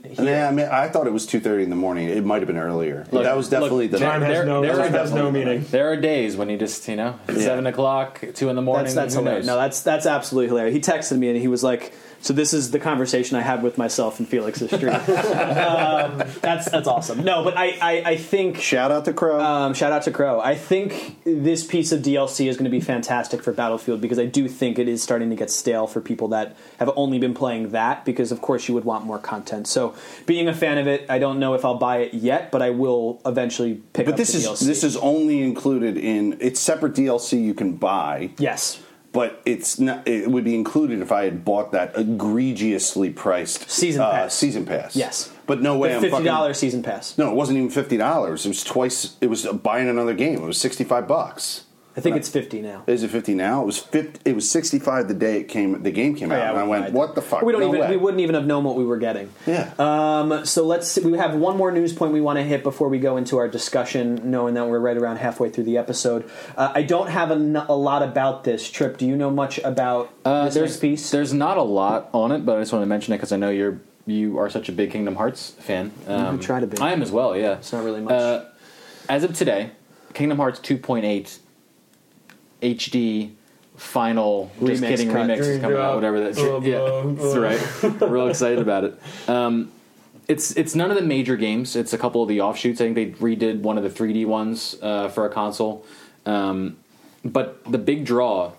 seven. And here. then, I mean, I thought it was two thirty in the morning. It might have been earlier. Look, that was definitely look, the Jack- Time has There- no, there time is has no meaning. There are days when you just you know it's Yeah. seven o'clock, two in the morning. That's that's who hilarious. knows? No, that's that's absolutely hilarious. He texted me and he was like, "So this is the conversation I had with myself and Felix's [laughs] street." Um, That's that's awesome. no, but I I, I think Shout out to Crow. Um, shout out to Crow. I think this piece of DLC is going to be fantastic for Battlefield because I do think it is starting to get stale for people that have only been playing that because, of course, you would want more content. So, being a fan of it, I don't know if I'll buy it yet, but I will eventually pick but up this the is DLC. this is only included in it's separate DLC you can buy. Yes. but it's not, it would be included if I had bought that egregiously priced Season uh, pass. season pass. Yes. but no way The I'm $50 fucking. season pass. No, it wasn't even fifty dollars. It was twice. It was buying another game. It was sixty five bucks. I think it's 50 now. Is it fifty now? It was 50, It was sixty five the day it came. The game came out, and I went, "What the fuck?" We don't No even. way." We wouldn't even have known what we were getting. Yeah. Um, so let's. We have one more news point we want to hit before we go into our discussion, knowing that we're right around halfway through the episode. Uh, I don't have a, n- a lot about this trip. Do you know much about Uh, this there's next piece? There's not a lot on it, but I just want to mention it because I know you're you are such a big Kingdom Hearts fan. Um, try to be. I am as well. Yeah, It's not really much. Uh, as of today, Kingdom Hearts 2.8 HD final. Remix just kidding, cut. remix is coming out. Whatever that. Blah, blah, yeah, that's right. Real excited about it. Um, it's it's none of the major games. It's a couple of the offshoots. I think they redid one of the 3D ones uh, for a console. Um, but the big draw,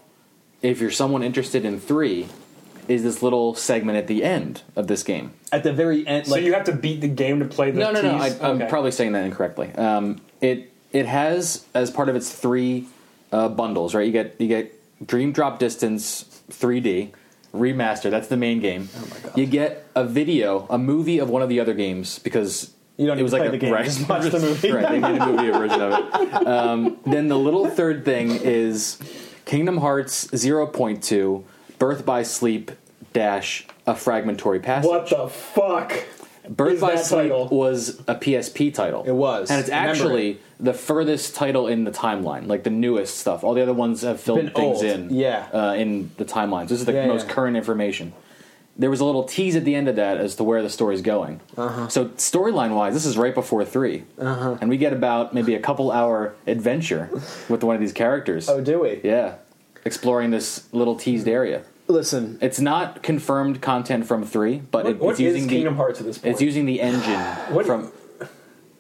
if you're someone interested in three, is this little segment at the end of this game. At the very end, So like you have to beat the game to play the No, no, no. I, tease? I'm Okay. probably saying that incorrectly. Um, it it has as part of its three uh, bundles, right? You get you get Dream Drop Distance 3D remaster. That's the main game. Oh my god! You get a video, a movie of one of the other games because You don't it need was to like play a the game, right. just [laughs] watch the movie. [laughs] right? They made a movie version of it. Um, then the little third thing is Kingdom Hearts 0.2 Birth by Sleep dash a fragmentary passage. What the fuck? Birth is by that Sleep title? was a PSP title. It was. and it's I remember actually the furthest title in the timeline, like the newest stuff. All the other ones have filled Been things old. in, Yeah. uh, in the timelines. This is the Yeah, most yeah. current information. There was a little tease at the end of that as to where the story's going. Uh-huh. So storyline wise, this is right before 3 uh-huh. and we get about maybe a couple hour adventure with one of these characters. oh, do we? yeah, exploring this little teased area. Listen, It's not confirmed content from three, but What, it, what it's is using the Kingdom Hearts at this point? it's using the engine [gasps] What- from.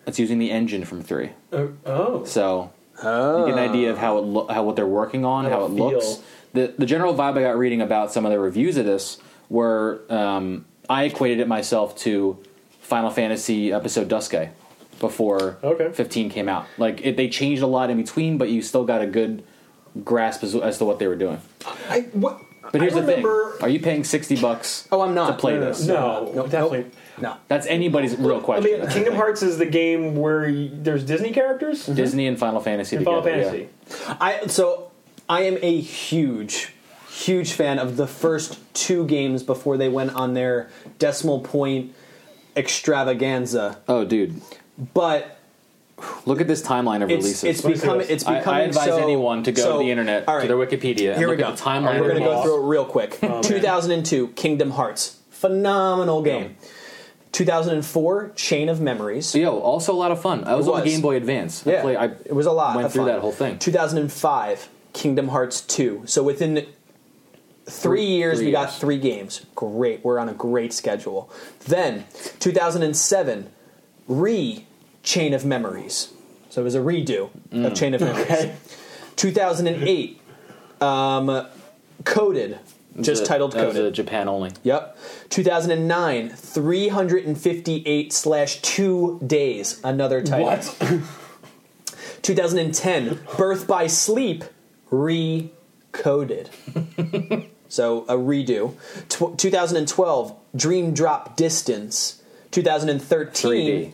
It's using the engine from three, Uh, oh, so you get an idea of how it lo- how what they're working on, how, it it looks. feel. The the general vibe I got reading about some of the reviews of this were um, I equated it myself to Final Fantasy episode Duske before Okay. fifteen came out. Like it, they changed a lot in between, but you still got a good grasp as, as to what they were doing. I, what? But here's I the thing: remember- Are you paying sixty bucks? Oh, I'm not. to play No, no, this. No, definitely. no. That's anybody's real I question. mean, Kingdom Hearts is the game where y there's Disney characters Hmm? in Disney and Final Fantasy. Final together, yeah. Fantasy. I so I am a huge, huge fan of the first two games before they went on their decimal point extravaganza, Oh, dude, but. look at this timeline of It's, releases. it's Let's do becoming this. it's I, becoming I advise so- anyone to go so- to the internet all right. to their Wikipedia. Here and we look go. At the Oh, timeline. All right, we're of going to go all. through it real quick. 2002, Kingdom Hearts, phenomenal game. 2004, Chain of Memories. Yo, also a lot of fun. I was, on was. Game Boy Advance. I Yeah, play- I it was a lot. Went of through fun. that whole thing. 2005, Kingdom Hearts 2. So within three years, three we got years. three games. Great, we're on a great schedule. Then 2007, Re Chain of Memories. So it was a redo Mm. of Chain [laughs] of Memories. 2008, um, Coded, just That- titled that was Coded. a Japan only. Yep. 2009, 358 slash two days, another title. What? [laughs] 2010, Birth by Sleep, recoded. so a redo. Tw 2012, Dream Drop Distance. 2013,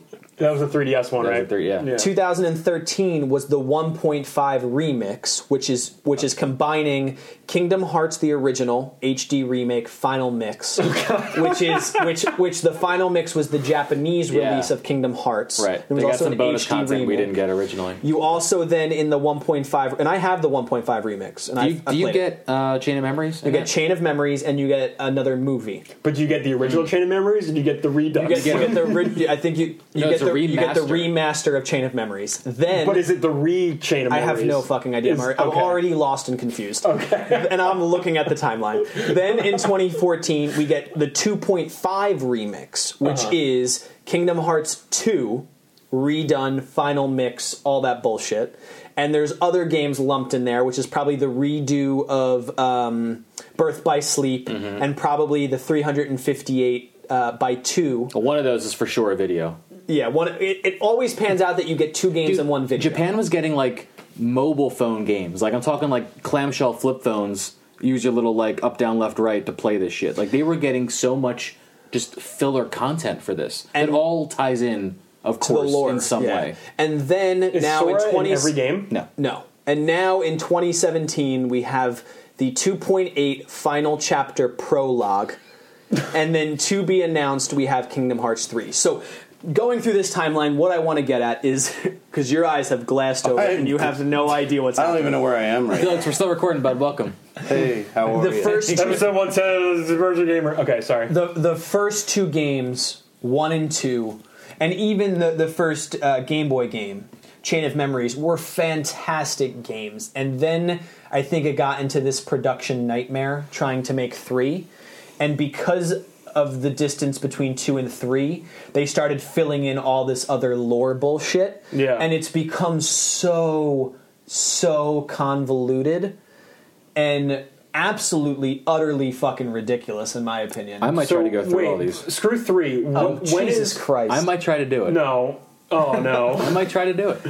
3D. That was a 3DS one, That was right? a three- yeah. 2013 was the 1.5 remix, which is which is combining Kingdom Hearts the original HD remake final mix, which is which which the final mix was the Japanese Yeah. release of Kingdom Hearts. Right. There was They got also some an bonus HD content we remake. didn't get originally. You also then in the 1.5, and I have the 1.5 remix, and Do I you, I do you played it. get uh, Chain of Memories? you get Chain of Memories, and you get another movie. But you get the original Chain of Memories and you get the redux. Mm. You get, you get the ri- I think you No, you, get it's a the, you get the remaster. remaster of Chain of Memories. Then but is it the re Chain of I Memories? have no fucking idea. Is- Mari. I'm okay. already lost and confused. Okay. [laughs] and I'm looking at the timeline. Then in 2014, we get the 2.5 remix, which is Kingdom Hearts 2, redone, final mix, all that bullshit. And there's other games lumped in there, which is probably the redo of um, Birth by Sleep and probably the 358 uh, by 2. One of those is for sure a video. Yeah, one. It, it always pans out that you get two games Dude, in one video. Japan was getting like mobile phone games. Like I'm talking like clamshell flip phones. Use your little like up down left right to play this shit. Like they were getting so much just filler content for this. And it And- all ties in, of to the course, lore in some Yeah. way. And then Is now Sora in 20 every game? No. No. And now in 2017 we have the 2.8 final chapter prologue and then to be announced we have Kingdom Hearts 3. So going through this timeline what I want to get at is [laughs] cuz your eyes have glassed over I- and you have no idea what's I don't happening. even know where I am right [laughs] now. Felix, we're still recording, bud. Welcome. Hey, how are The you? first Episode 110 is the Virgin Gamer. Okay, sorry. the the first two games, one and two, and even the the first uh, Game Boy game, Chain of Memories, were fantastic games. And then I think it got into this production nightmare trying to make three, and because of the distance between two and three, they started filling in all this other lore bullshit. Yeah. and it's become so so convoluted and absolutely utterly fucking ridiculous in my opinion I might so, try to go through wait, all these. Screw three. Oh, Wh- Um, when Jesus is- Christ! I might try to do it. No. Oh, I [laughs] no. might try to do it.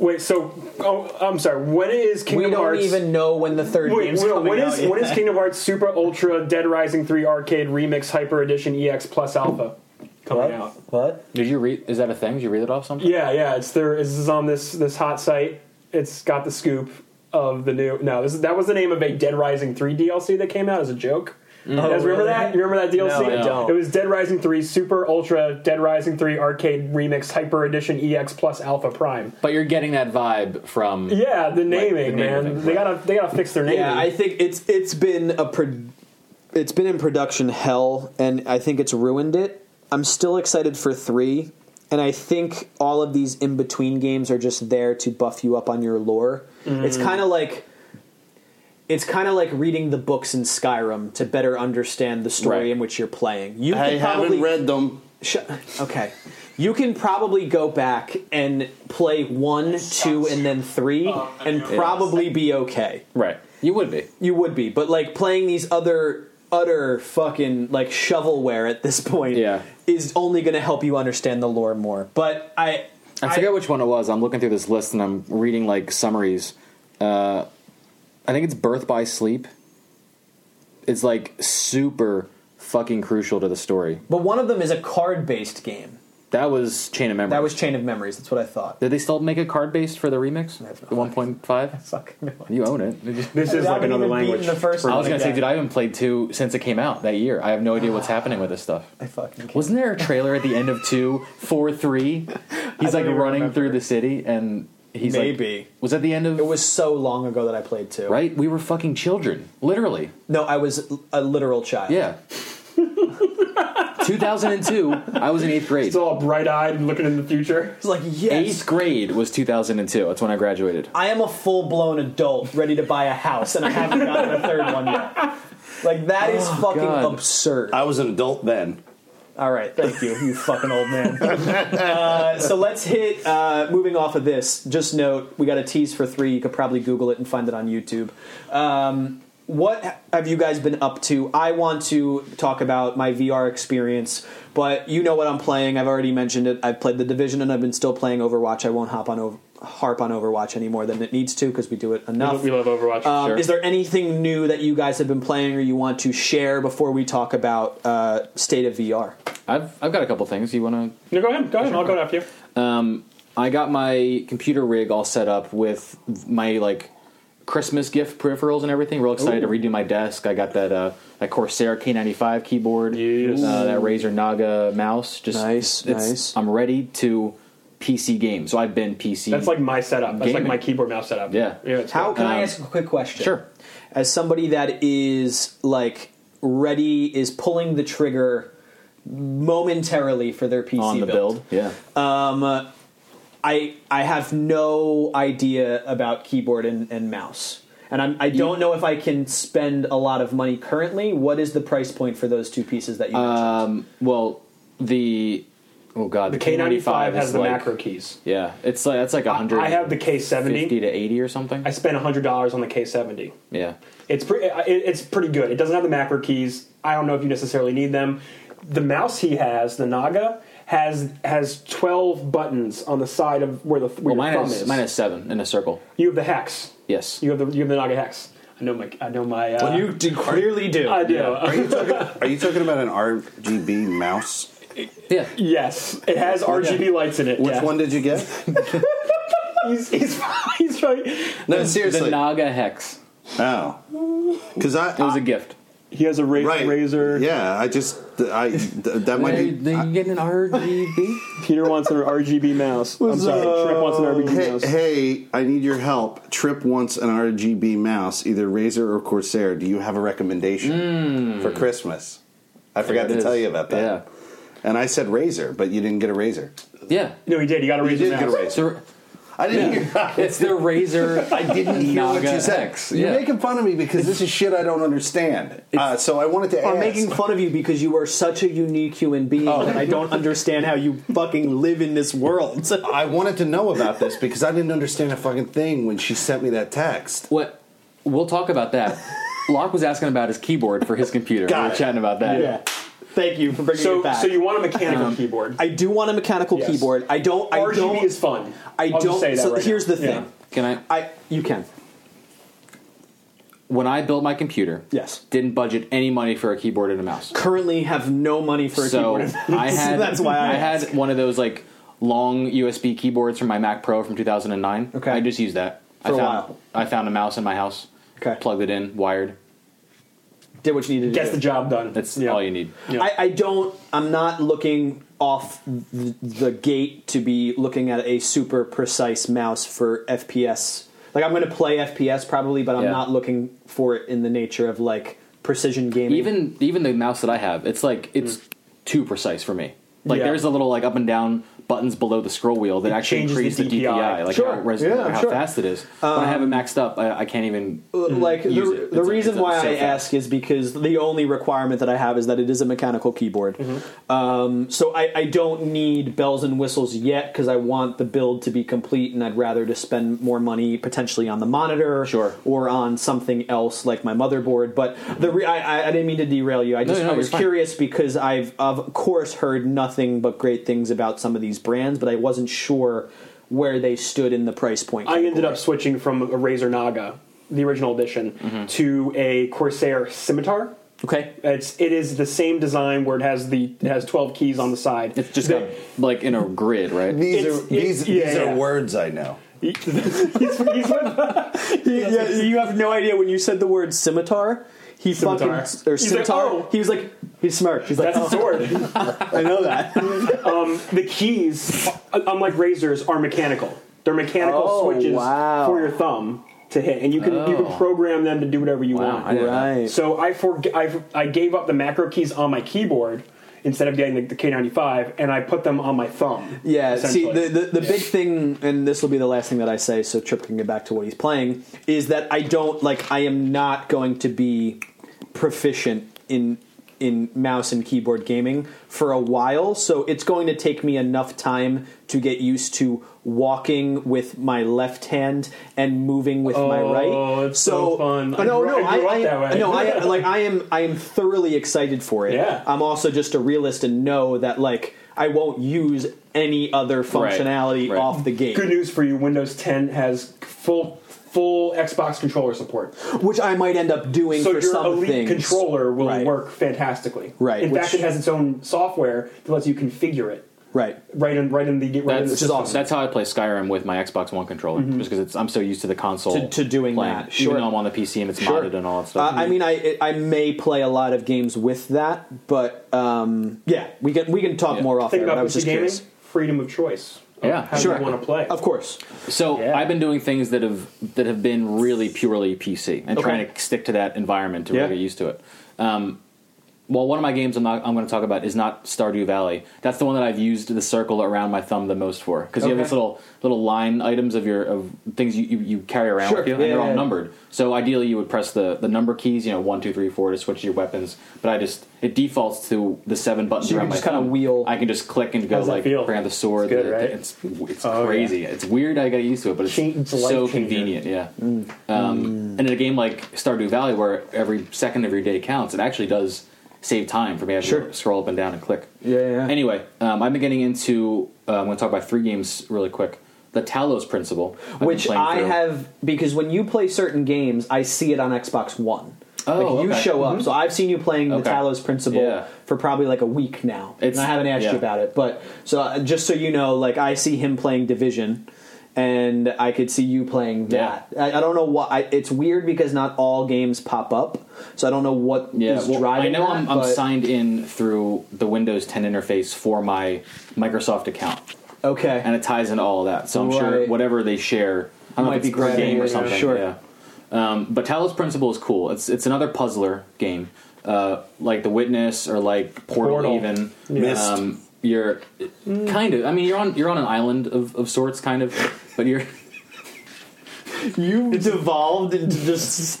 Wait, so. Oh, I'm sorry. When is we Kingdom don't Hearts. even know when the third Wait, game's wait, coming when out is yet. when is Kingdom Hearts Super Ultra Dead Rising 3 Arcade Remix Hyper Edition EX Plus Alpha coming out? what? Did you read? Is that a thing? Did you read it off something? Yeah, yeah, it's there. This is on this this hot site. It's got the scoop of the new. No, this is, that was the name of a Dead Rising 3 DLC that came out as a joke. you guys remember really? that? You remember that DLC? No, I don't. It was Dead Rising 3 Super Ultra Dead Rising 3 Arcade Remix Hyper Edition EX Plus Alpha Prime. But you're getting that vibe from. Yeah, the naming, naming man. thing, right. They gotta they gotta fix their naming. Yeah, I think it's it's been a pro- it's been in production hell, and I think it's ruined it. I'm still excited for three, and I think all of these in between games are just there to buff you up on your lore. It's kind of like it's kind of like reading the books in Skyrim to better understand the story Right. in which you're playing. You I could haven't probably- read them. Sh- okay. You can probably go back and play one, two, and then three, and probably be okay. Right. You would be. You would be, but like playing these other utter fucking like shovelware at this [laughs] point Yeah. is only going to help you understand the lore more. But I, I forget which one it was. I'm looking through this list and I'm reading like summaries. Uh, I think it's Birth by Sleep. It's like super fucking crucial to the story. but one of them is a card based game. That was Chain of Memories. That was Chain of Memories. That's what I thought. [laughs] Did they still make a card based for the remix? have no The 1.5. Fuck no. You own it. Did you- this is I like haven't another even beaten language. the first I one was gonna again. say, dude, I haven't played two since it came out that year. I have no idea what's happening with this stuff. I fucking can't. Wasn't there a trailer at the end of two, four, [laughs] three? He's like even running remember. through the city and he's like- Maybe. was that the end of It was so long ago that I played two. right? We were fucking children, literally. No, I was a literal child. Yeah. 2002, I was in eighth grade. It's all bright eyed and looking in the future. It's like yes. Eighth grade was 2002. That's when I graduated. I am a full blown adult ready to buy a house, and I haven't [laughs] gotten a third one yet. Like that is fucking Oh, God. absurd. I was an adult then. All right, thank you, you fucking [laughs] old man. uh, so let's hit. Uh, moving off of this, just note we got a tease for three. You could probably Google it and find it on YouTube. Um, what have you guys been up to? I want to talk about my VR experience, but you know what I'm playing. I've already mentioned it. I've played The Division, and I've been still playing Overwatch. I won't hop on over, harp on Overwatch anymore than it needs to because we do it enough. We love Overwatch. Um, Sure. Is there anything new that you guys have been playing or you want to share before we talk about uh, state of VR? I've I've got a couple things. You want to no, go ahead. Go ahead. I'll go after you. um, I got my computer rig all set up with my like Christmas gift peripherals and everything. Real excited to redo my desk. I got that uh, that Corsair K95 keyboard, Yes. uh, that Razer Naga mouse. Just Nice, it's- nice. I'm ready to PC game. So I've been PC. That's like my setup. That's like Gaming. my keyboard mouse setup. Yeah. Yeah. It's How good. can I Um, ask a quick question? sure. As somebody that is like ready, is pulling the trigger momentarily for their PC on the build. Yeah. Um, I I have no idea about keyboard and, and mouse. And I'm, I don't know if I can spend a lot of money currently. What is the price point for those two pieces that you mentioned? Um, well, the oh god, The K95 is has the like- macro keys. Yeah, it's like that's like hundred. I have the K70. fifty to eighty or something. I spent hundred dollars on the K70. yeah, It's pretty. It, it's pretty good. It doesn't have the macro keys. I don't know if you necessarily need them. The mouse he has, the Naga, has has twelve buttons on the side of where the well, where mine your thumb is is. mine is seven in a circle. You have the hex. Yes, You have the you have the Naga hex. I know my I know my. Uh, Um, do, clearly do. I [laughs] do. Are you talking, are you talking about an RGB mouse? yeah. yes, it has RGB lights in it. Which yeah. one did you get? [laughs] He's he's, [laughs] he's right. No, [laughs] The seriously. Naga Hex. oh, because I, It was I- a gift. He has a ra- right razor. Yeah, I just I th- that might be. getting an RGB? Peter wants an RGB mouse. I'm sorry. Trip wants an RGB Hey, mouse. hey, I need your help. Trip wants an RGB mouse, either Razer or Corsair. Do you have a recommendation Hmm. for Christmas? I forgot to tell you about that. And I said Razer, but you didn't get a Razer. [laughs] Yeah, No, he did. He got a You razor did mouse. get a Razer. So I didn't hear. [laughs] it's the [laughs] Razor. I [laughs] didn't hear Naga what you said. Hex. You're Yeah. making fun of me because this is shit I don't understand. Uh, so I wanted to I'm ask. making fun of you because you are such a unique human being Oh. and I don't understand how you fucking live in this world. [laughs] I wanted to know about this because I didn't understand a fucking thing when she sent me that text. What? We'll talk about that. Locke was asking about his keyboard for his computer. Got we were it. chatting about that. yeah. Thank you for bringing So, it back. so you want a mechanical keyboard? I do want a mechanical Yes. keyboard. I don't I RGB don't is fun. I I'll don't just say that so right here's now. the thing. Can I? I you can. When I built my computer, Yes. didn't budget any money for a keyboard and a mouse. Currently have no money for a so keyboard. [laughs] I So had that's why I, asked. had one of those like long USB keyboards from my Mac Pro from 2009. Okay. I just used that For I a found while. I found a mouse in my house. Okay. plugged it in, wired. did what you needed to Gets do. the job done. That's Yeah. all you need. I, I don't. I'm not looking off the, the gate to be looking at a super precise mouse for FPS. Like I'm going to play FPS probably, but I'm Yeah. not looking for it in the nature of like precision gaming. Even even the mouse that I have, it's like Mm. it's too precise for me. Like Yeah. there's the little like up and down buttons below the scroll wheel that actually changes the increase the DPI, DPI. like Sure. how, res- Yeah, how sure. Um, uh, fast it is. when I have it maxed up, I, I can't even. like the, Mm, use it. the It's- reason it's why so I fast. ask is because the only requirement that I have is that it is a mechanical keyboard. Mm-hmm. Um, so I, I don't need bells and whistles yet because I want the build to be complete, and I'd rather to spend more money potentially on the monitor Sure. or on something else like my motherboard. But the re- I, I- I didn't mean to derail you. I just no, I was you're fine. curious because I've of course heard nothing but great things about some of these brands, but I wasn't sure where they stood in the price point. I ended category. up switching from a Razer Naga, the original edition, Mm-hmm. to a Corsair Scimitar. okay. It's it is the same design where it has the it has twelve keys on the side. It's [laughs] just They- got like in a grid, right? These It's- are these, it- yeah, these yeah. are words I know. he's, he's with- [laughs] yeah, you have no idea when you said the word scimitar. He Scimitar. fucking or He's scimitar. like, oh. He was like, he smirked. He's like, that's a oh, sword. I know that. [laughs] um, the keys, unlike Razors, are mechanical. They're mechanical Oh, switches wow. for your thumb to hit, and you can you Oh. can program them to do whatever you Wow, want. I didn't know that. right. So I forg I, I gave up the macro keys on my keyboard instead of getting the, the K95, and I put them on my thumb. Yeah, see, essentially. the, the, the big thing, and this will be the last thing that I say, so Trip can get back to what he's playing, is that I don't, like, I am not going to be proficient in in mouse and keyboard gaming for a while, so it's going to take me enough time to get used to walking with my left hand and moving with my Oh, right. it's so fun. I no, grew- no, I I, grew up I, that way. no, I like I am I am thoroughly excited for it. Yeah. I'm also just a realist and know that like I won't use any other functionality right. off the gate. Good news for you: Windows 10 has full full Xbox controller support, which I might end up doing so for your some Elite things. controller will Right. work fantastically. Right, In which- fact, it has its own software that lets you configure it Right. right in right in the right in the That's system. awesome. That's how I play Skyrim with my Xbox One controller, just because I'm so used to the console Mm-hmm. To- to doing playing, that, Even sure. though I'm on the PC and it's modded and all that Uh, stuff. I mean, I I may play a lot of games with that, but um, yeah, we can we can talk Yeah. more off Think there. but about I was PC just gaming: curious. freedom of choice. of Yeah, how sure. you want to play. Of course, So Yeah. I've been doing things that have that have been really purely PC and trying to stick to that environment to Yeah. really get used to it. Um, well, one of my games I'm not I'm going to talk about is not Stardew Valley. That's the one that I've used the circle around my thumb the most for because you Okay. have this little little line items of your of things you, you, you carry around Sure. with you and Yeah, they're yeah, all yeah. numbered. So ideally you would press the, the number keys, you know one two three four to switch your weapons. But I just it defaults to the seven buttons you around can my just kinda thumb. wheel- I can just click and go does that like feel? bring out the sword. It's good, the- right? it's it's Oh, yeah. crazy. It's weird. I got used to it, but it's Change- it's a life so changer. convenient. Yeah. Mm. Um, And in a game like Stardew Valley, where every second of your day counts, it actually does save time for me. I have Sure. to scroll up and down and click. Yeah, yeah, yeah. Anyway, um, I've been getting into. Uh, I'm going to talk about three games really quick. The Talos Principle, I've been which playing I through. have because when you play certain games, I see it on Xbox One. Oh, like you okay. show up, so I've seen you playing the Okay. Talos Principle Yeah. for probably like a week now, It's- and I haven't asked yeah. you about it. But so uh, just so you know, like I see him playing Division, and I could see you playing Yeah. that. I, I don't know why. I, it's weird because not all games pop up, so I don't know what is Yeah, well, driving. I know that, I'm, I'm but- signed in through the Windows 10 interface for my Microsoft account, Okay, and it ties into all of that. So I'm sure Right. whatever they share, I don't Might know if be it's per grabbing game or it, yeah. something. Sure. Yeah. Um, but Talos Principle is cool. It's it's another puzzler game, uh, like The Witness or like Portal, Portal. even. Mist. Um, you're Mm. kind of. I mean, you're on you're on an island of, of sorts, kind of. But you're [laughs] you devolved into just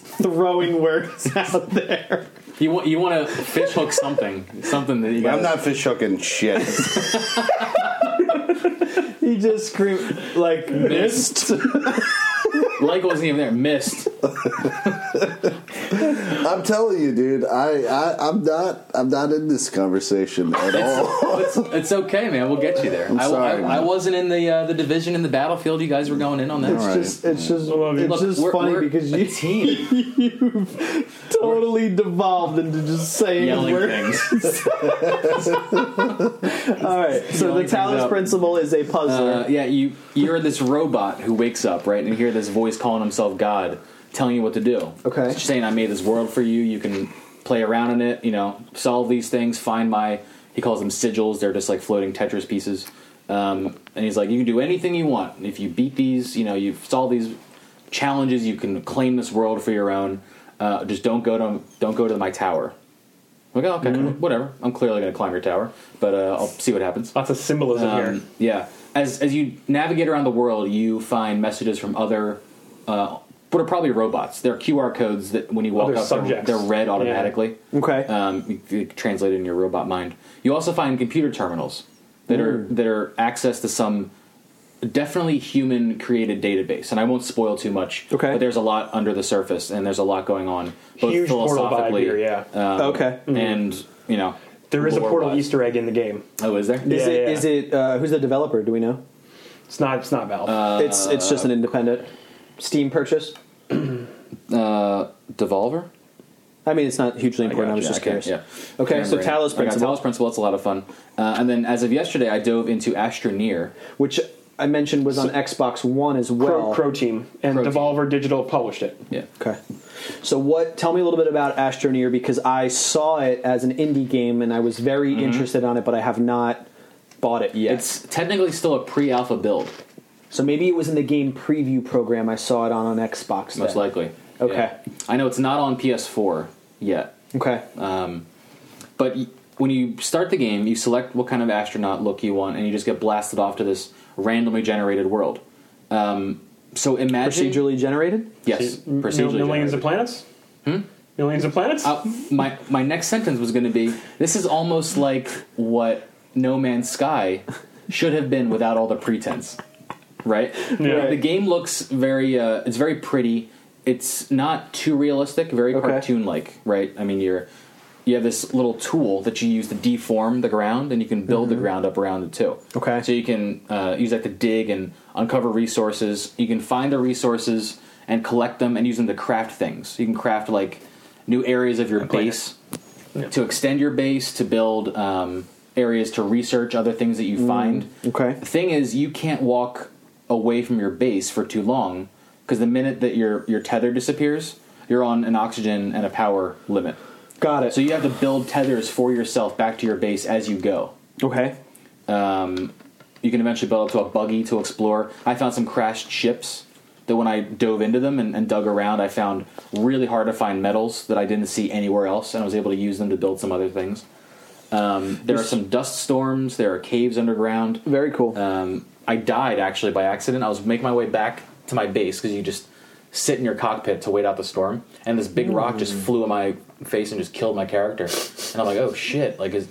[laughs] throwing words out there. you want you want to fishhook something, something that you. I'm Gotta, not fish hooking shit. He just screamed like missed. Like wasn't even there. Missed. [laughs] I'm telling you, dude. I, I I'm not I'm not in this conversation at [laughs] all. It's okay, man. We'll get you there. I, sorry, I, man. I wasn't in the uh, the division in the battlefield. You guys were going in on that. All right. just it's just it's Look, just we're- funny we're because a you team [laughs] you've totally devolved into just saying yelling words. [laughs] things. All right, so the Yelling things Talos out. principle is a puzzler. Uh, yeah, you you're this robot who wakes up right and you hear this voice calling himself God, telling you what to do. Okay. It's saying I made this world for you. You can play around in it. You know, solve these things. Find my he calls them sigils. They're just like floating Tetris pieces. Um, and he's like, you can do anything you want. If you beat these, you know, you solve these challenges. You can claim this world for your own. Uh, just don't go to don't go to my tower. I'm like, oh, okay, whatever. I'm clearly going to climb your tower, but uh, I'll see what happens. Lots of symbolism here. Um, yeah. As as you navigate around the world, you find messages from other uh, what are probably robots. They're QR codes that when you walk Other up, they're, subjects. they're read automatically. Okay. Um, you- you translate it in your robot mind. You also find computer terminals that are Hmm. that are access to some definitely human created database, and I won't spoil too much. Okay. But there's a lot under the surface, and there's a lot going on both Huge portal vibe philosophically. here. Yeah, um, Okay. And you know, there is a portal lore-wise. Easter egg in the game. Oh, is there? is yeah, it? yeah. Is it? Uh, who's the developer? Do we know? It's not. It's not Valve. it's it's just an independent Steam purchase. Uh, Devolver. I mean, it's not hugely important. I was Yeah, just I can't- curious. Yeah. Okay, Can't remember so Talos it. I got Principle. Talos Principle. It's a lot of fun. Uh, and then as of yesterday, I dove into Astroneer. Which I mentioned was on Xbox One as Crow, well. Crow Team and Crow Team. Devolver Digital published it. Yeah. Okay. So what? Tell me a little bit about Astroneer because I saw it as an indie game and I was very interested on it, but I have not bought it yet. Mm-hmm. It's technically still a pre-alpha build, so maybe it was in the game preview program I saw it on on most Xbox. then. likely. Okay. Yeah. I know it's not on PS4 yet, Okay. Uh, but y- when you start the game, you select what kind of astronaut look you want, and you just get blasted off to this randomly generated world. Um, so imagine Procedurally generated. yes, procedurally Mil- generated. millions Hmm? of planets. Millions of planets? Uh, my my next sentence was going to be this is almost like what No Man's Sky should have been without all the pretense, right? Yeah. The game looks very uh, it's very pretty. It's not too realistic, very Okay. cartoon like, right? I mean, you're you have this little tool that you use to deform the ground, and you can build the ground up around it too. Mm-hmm. Okay. so you can uh, use that to dig and uncover resources. You can find the resources and collect them and use them to craft things. You can craft like new areas of your base to extend your base to build um, areas to research other things that you find. okay. The thing is, you can't walk away from your base for too long because the minute that your your tether disappears, you're on an oxygen and a power limit. Got it. So you have to build tethers for yourself back to your base as you go. okay. You can eventually build up to a buggy to explore. I found some crashed ships that when I dove into them and, and dug around, I found really hard to find metals that I didn't see anywhere else, and I was able to use them to build some other things. Um, there are some dust storms. There are caves underground. Very cool. Um, I died actually by accident. I was making my way back to my base because you just sit in your cockpit to wait out the storm, and this big rock Hmm. just flew in my face and just killed my character. And I'm like, oh shit! Like, is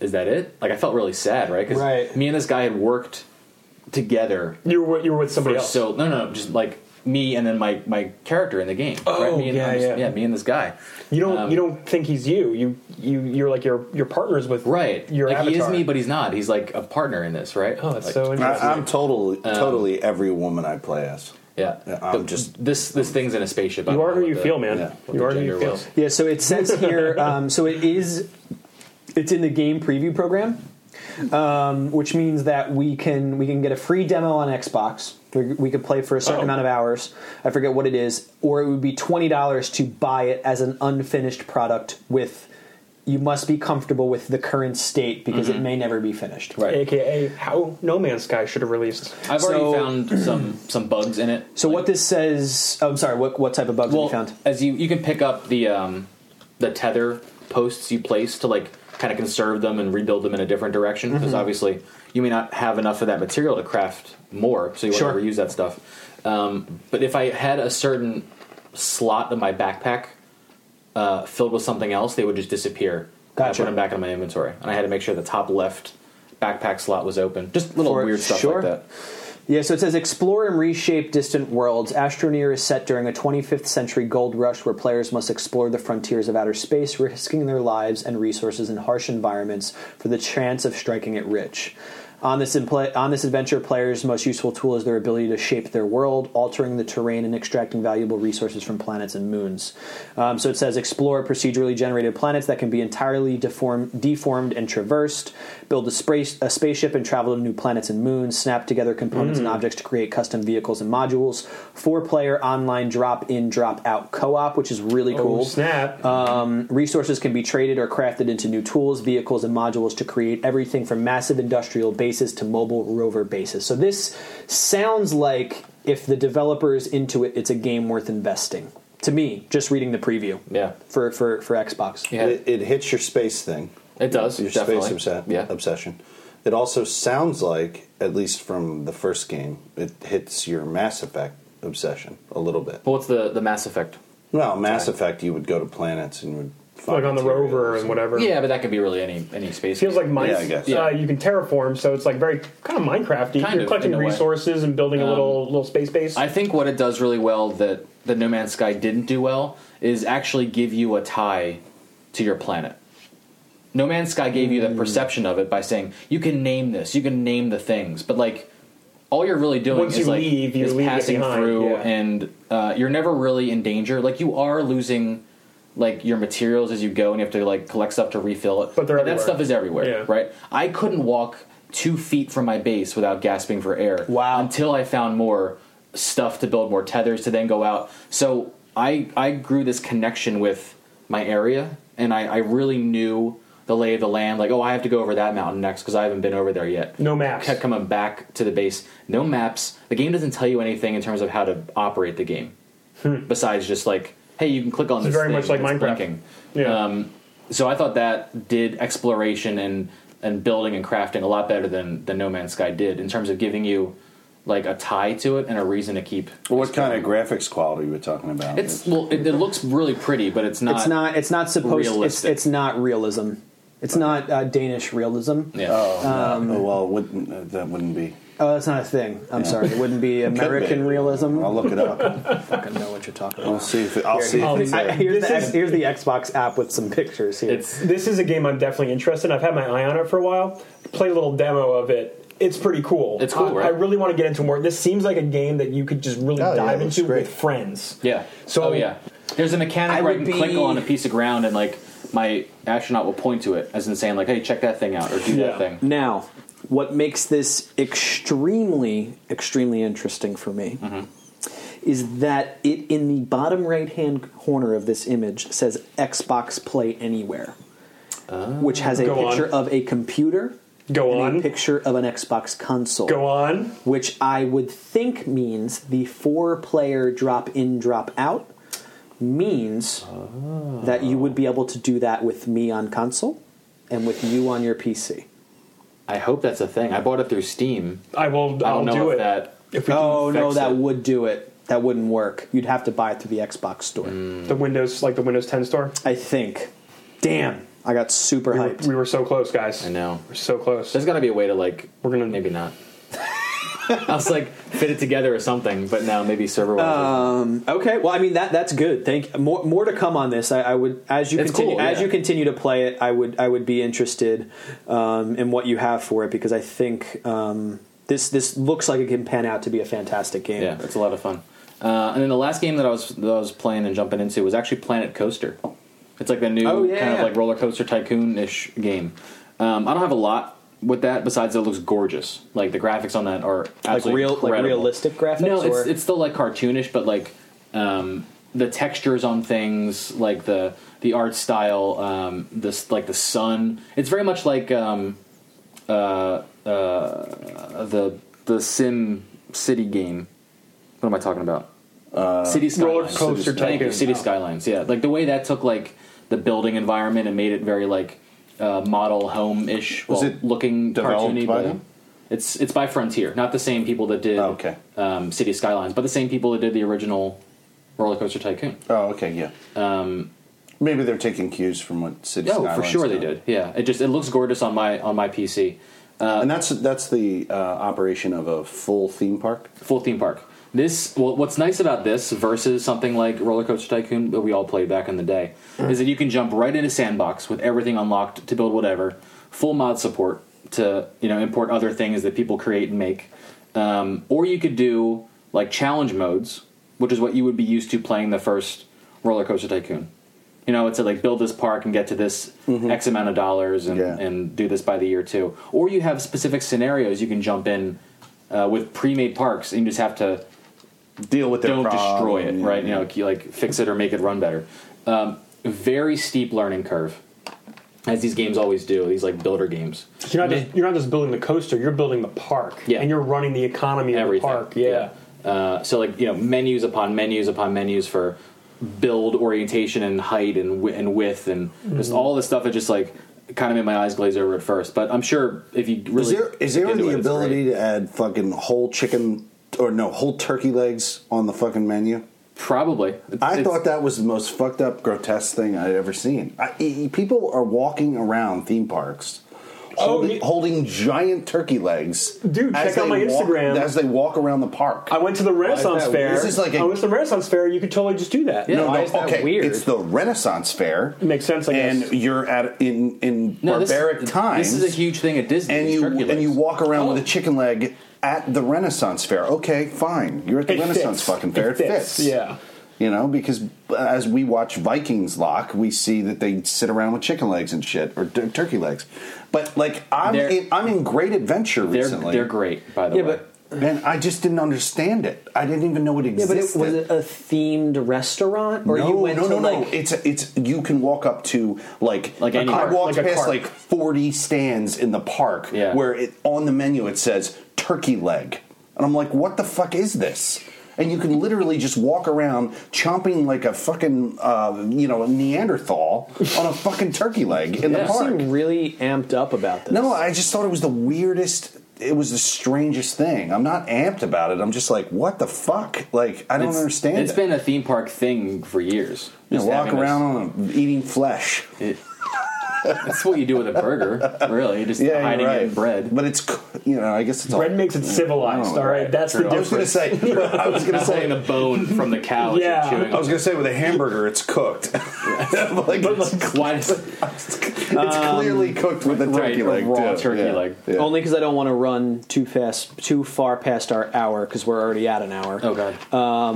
is that it? Like, I felt really sad, right? 'Cause Right. me and this guy had worked together you, were, with- you were with for somebody else. so no, no, no, just like me and then my my character in the game. right? me and, Oh, yeah, I'm just- yeah. yeah, me and this guy. you don't um, you don't think he's you. You you you're like your your partners with Right. Your like he avatar. is me, but he's not. He's like a partner in this, right? oh, that's Like, so interesting. I, I'm Um, totally, totally every woman I play as. Yeah, Yeah, I'm But just- this. This thing's in a spaceship. I you don't are know who what you the- feel, man. yeah, what you the are who you gender feel. was. Yeah, so it says [laughs] here, um, so it is, it's in the game preview program, um, which means that we can we can get a free demo on Xbox. We, we could play for a certain Oh. amount of hours. I forget what it is, or it would be twenty dollars to buy it as an unfinished product. With you must be comfortable with the current state because it may never be finished. Mm-hmm. Right. AKA how No Man's Sky should have released. I've So- already found some some bugs in it. So what this says? Oh, I'm sorry. What what type of bugs well, have you found? as you you can pick up the um, the tether posts you place to like kind of conserve them and rebuild them in a different direction because Mm-hmm. obviously you may not have enough of that material to craft more, so you Sure. want to reuse that stuff. Um, but if I had a certain slot in my backpack uh, filled with something else, they would just disappear. Gotcha. I put them back in my inventory, and I had to make sure the top left backpack slot was open. Just little For- weird stuff sure. like that. Yeah, so it says explore and reshape distant worlds. Astroneer is set during a 25th century gold rush where players must explore the frontiers of outer space, risking their lives and resources in harsh environments for the chance of striking it rich. On this, impl- on this adventure, players' most useful tool is their ability to shape their world, altering the terrain and extracting valuable resources from planets and moons. Um, so it says explore procedurally generated planets that can be entirely deform- deformed and traversed, build a, space- a spaceship and travel to new planets and moons, snap together components Mm. and objects to create custom vehicles and modules, four player online drop in, drop out co op, which is really Oh, cool. snap! Uh, Um, resources can be traded or crafted into new tools, vehicles, and modules to create everything from massive industrial bases to mobile rover bases. So this sounds like if the developer is into it, it's a game worth investing. To me, just reading the preview. Yeah. For for for Xbox. Yeah. It, it hits your space thing. It does, Your definitely. space obsession. Yeah. obsession. It also sounds like, at least from the first game, it hits your Mass Effect obsession a little bit. But what's the the Mass Effect? Well, Mass Effect, you would go to planets and you would find like on the materials rover and whatever. Yeah, but that could be really any any space. feels like mine. Yeah, I guess. Uh, you can terraform, so it's like very kind of Minecrafty. Kind You're of, collecting in a way. Um, resources and building a little little space base. I think what it does really well that the No Man's Sky didn't do well is actually give you a tie to your planet. No Man's Sky gave you that perception of it by saying you can name this, you can name the things, but like all you're really doing Once is you like leave, you is leave it passing behind, through, yeah. and uh, you're never really in danger. Like you are losing like your materials as you go, and you have to like collect stuff to refill it. But they're that everywhere. stuff is everywhere, Yeah. right? I couldn't walk two feet from my base without gasping for air. Wow. Until I found more stuff to build more tethers to then go out. So I I grew this connection with my area, and I, I really knew the lay of the land. Like, oh, I have to go over that mountain next because I haven't been over there yet. No maps. Kept coming back to the base. No maps. The game doesn't tell you anything in terms of how to operate the game, besides just like, hey, you can click on It's this. Hmm. thing very much like and it's Minecraft. blinking. yeah. Um, so I thought that did exploration and and building and crafting a lot better than than No Man's Sky did in terms of giving you like a tie to it and a reason to keep. Well, what kind of graphics quality we're talking about? It's well, it, it looks really pretty, but it's not. It's not. It's not supposed. It's, realistic. it's not realism. It's not uh, Danish realism. Yeah. oh, um, no. Oh, well, wouldn't, uh, that wouldn't be. Oh, Uh, that's not a thing. I'm sorry. It [laughs] wouldn't be be. American realism. I'll look it up. I don't know what you're talking I'll about. see if it, I'll see if it's I- there. here's, This [laughs] the, is- X- here's the Xbox app with some pictures here. it's This is a game I'm definitely interested in. I've had my eye on it for a while. Play a little demo of it. It's pretty cool. It's cool, I, right? I really want to get into more. This seems like a game that you could just really Oh, yeah, dive it looks into great. with friends. yeah. So- So yeah, there's a mechanic I where I would can click be- on a piece of ground and like my astronaut will point to it as in saying like, hey, check that thing out or do Yeah. that thing. Now, what makes this extremely, extremely interesting for me is that it, in the bottom right hand corner of this image, says Xbox Play Anywhere, which has a Go on. picture of a computer Go and a on. picture of an Xbox console. Go on. Which I would think means the four player drop in, drop out means that you would be able to do that with me on console and with you on your PC. I hope that's a thing. I bought it through Steam. I will. I I'll don't know do if it. that. If we Oh can no, fix that it. would do it. That wouldn't work. You'd have to buy it through the Xbox store. Mm. the Windows, like the Windows 10 store. I think. Damn, I got super We were, hyped. we were so close, guys. I know. We're so close. There's got to be a way to like. We're gonna- maybe not. I was like fit it together or something, but now maybe server. Um, okay, well, I mean that that's good. Thank more more to come on this. I, I would as you It's continue cool, as yeah. you continue to play it, I would I would be interested um, in what you have for it because I think um, this this looks like it can pan out to be a fantastic game. Yeah, it's a lot of fun. Uh, and then the last game that I was that I was playing and jumping into was actually Planet Coaster. It's like the new Oh, yeah, kind of yeah. like roller coaster tycoon ish game. Um, I don't have a lot with that besides it looks gorgeous. Like the graphics on that are like absolutely real like incredible. realistic graphics. No, it's or- it's still like cartoonish, but like um, the textures on things, like the the art style, um, this like the sun. It's very much like um, uh, uh, the the Sim City game. What am I talking about? Uh, City Skylines. Roller Coaster City- Thank you, Tycoon. City Oh. Skylines. Yeah, like the way that took like the building environment and made it very like uh, model home ish. Was well, it looking developed cartoony? by but them? It's it's by Frontier, not the same people that did Oh, okay. um, City Skylines, but the same people that did the original Roller Coaster Tycoon. Oh, okay, yeah. Um, Maybe they're taking cues from what City No, Oh, for Skylines sure they do. did. Yeah, it just it looks gorgeous on my on my PC. and that's that's the uh, operation of a full theme park. full theme park. This well, what's nice about this versus something like Roller Coaster Tycoon that we all played back in the day is that you can jump right into Sandbox with everything unlocked to build whatever, full mod support to you know import other things that people create and make, um, or you could do like challenge modes, which is what you would be used to playing the first Roller Coaster Tycoon. You know, it's like build this park and get to this X amount of dollars and, Yeah. and do this by the year two. Or you have specific scenarios you can jump in uh, with pre-made parks, and you just have to Deal with their don't problem, destroy it, yeah, right? yeah. You know, like fix it or make it run better. Um, very steep learning curve, as these games always do. These like builder games. You're not just you're not just building the coaster. You're building the park. Yeah. And you're running the economy of the Everything. park. Yeah. Uh, so like you know menus upon menus upon menus for build orientation and height and wi- and width and just Mm-hmm. all this stuff that just like kind of made my eyes glaze over at first. But I'm sure if you really Is there is there get into the it, it's great. ability to add fucking whole chicken or no whole turkey legs on the fucking menu? Probably. I It's- thought that was the most fucked up, grotesque thing I'd ever seen. I, e- people are walking around theme parks. Holding, you- holding giant turkey legs, Oh, Dude, as check out they my walk- Instagram. as they walk around the park. I went to the Renaissance that- Fair. this is like a- I went to the Renaissance Fair. You could totally just do that. Yeah. No, Why no, is that okay, weird? It's the Renaissance Fair. Makes sense, I guess. And you're at in in No, this- barbaric times. This is a huge thing at Disney. and is you turkey and legs. you walk around with Oh. a chicken leg at the Renaissance Fair. Okay, fine. You're at the It Renaissance fits. fucking fair. It, fits. Yeah. You know, because as we watch Vikings Lock, we see that they sit around with chicken legs and shit or tur- turkey legs. But like I'm They're- in, I'm in great adventure They're recently. they're great, by the Yeah, way. but- And I just didn't understand it. I didn't even know it yeah, but existed. it, was it a themed restaurant or no, you went no, to no, no. like It's it's you can walk up to like Like any I park, walked like a past cart. like forty stands in the park Yeah. where it on the menu it says turkey leg, and I'm like, what the fuck is this? And you can literally just walk around chomping like a fucking uh, you know Neanderthal on a fucking turkey leg in Yeah. the park. seem really amped up about this. No, I just thought it was the weirdest. it was the strangest thing. I'm not amped about it. I'm just like, what the fuck? Like, I don't It's- understand. It's it. been a theme park thing for years. You know, Just walk having this- around on a, eating flesh. It, [laughs] that's what you do with a burger, really. You're just Yeah, you're hiding right. it in bread. But it's c- you know, I guess it's all. Bread makes it civilized. Oh, all right, right. that's the I was difference. gonna say. [laughs] I was gonna Not holding say. the bone from the cow. Yeah. Yeah, chewing. I was gonna say with a hamburger, it's cooked. [laughs] Like, it's, Why does- [laughs] it's clearly cooked with a turkey leg, right, a raw too. turkey yeah. leg. Yeah. um, Only because I don't want to run too fast, too far past our hour because we're already at an hour. oh god. Uh,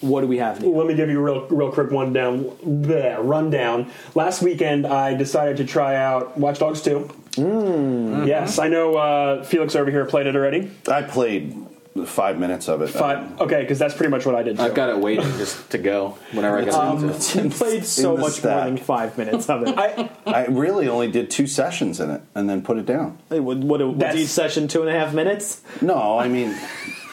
What do we have? Neil? Let me give you a real, real quick one down, bleh, rundown. Last weekend, I decided to try out Watch Dogs 2. Yes, I know uh, Felix over here played it already. I played five minutes of it. But, okay, because that's pretty much what I did. Too. I've got it waiting just to go whenever I get Um, around to it. [laughs] You played so in the much stack. more than five minutes of [laughs] it. I, I really only did two sessions in it and then put it down. Hey, what, what, was That's- each session two and a half minutes? No, I mean,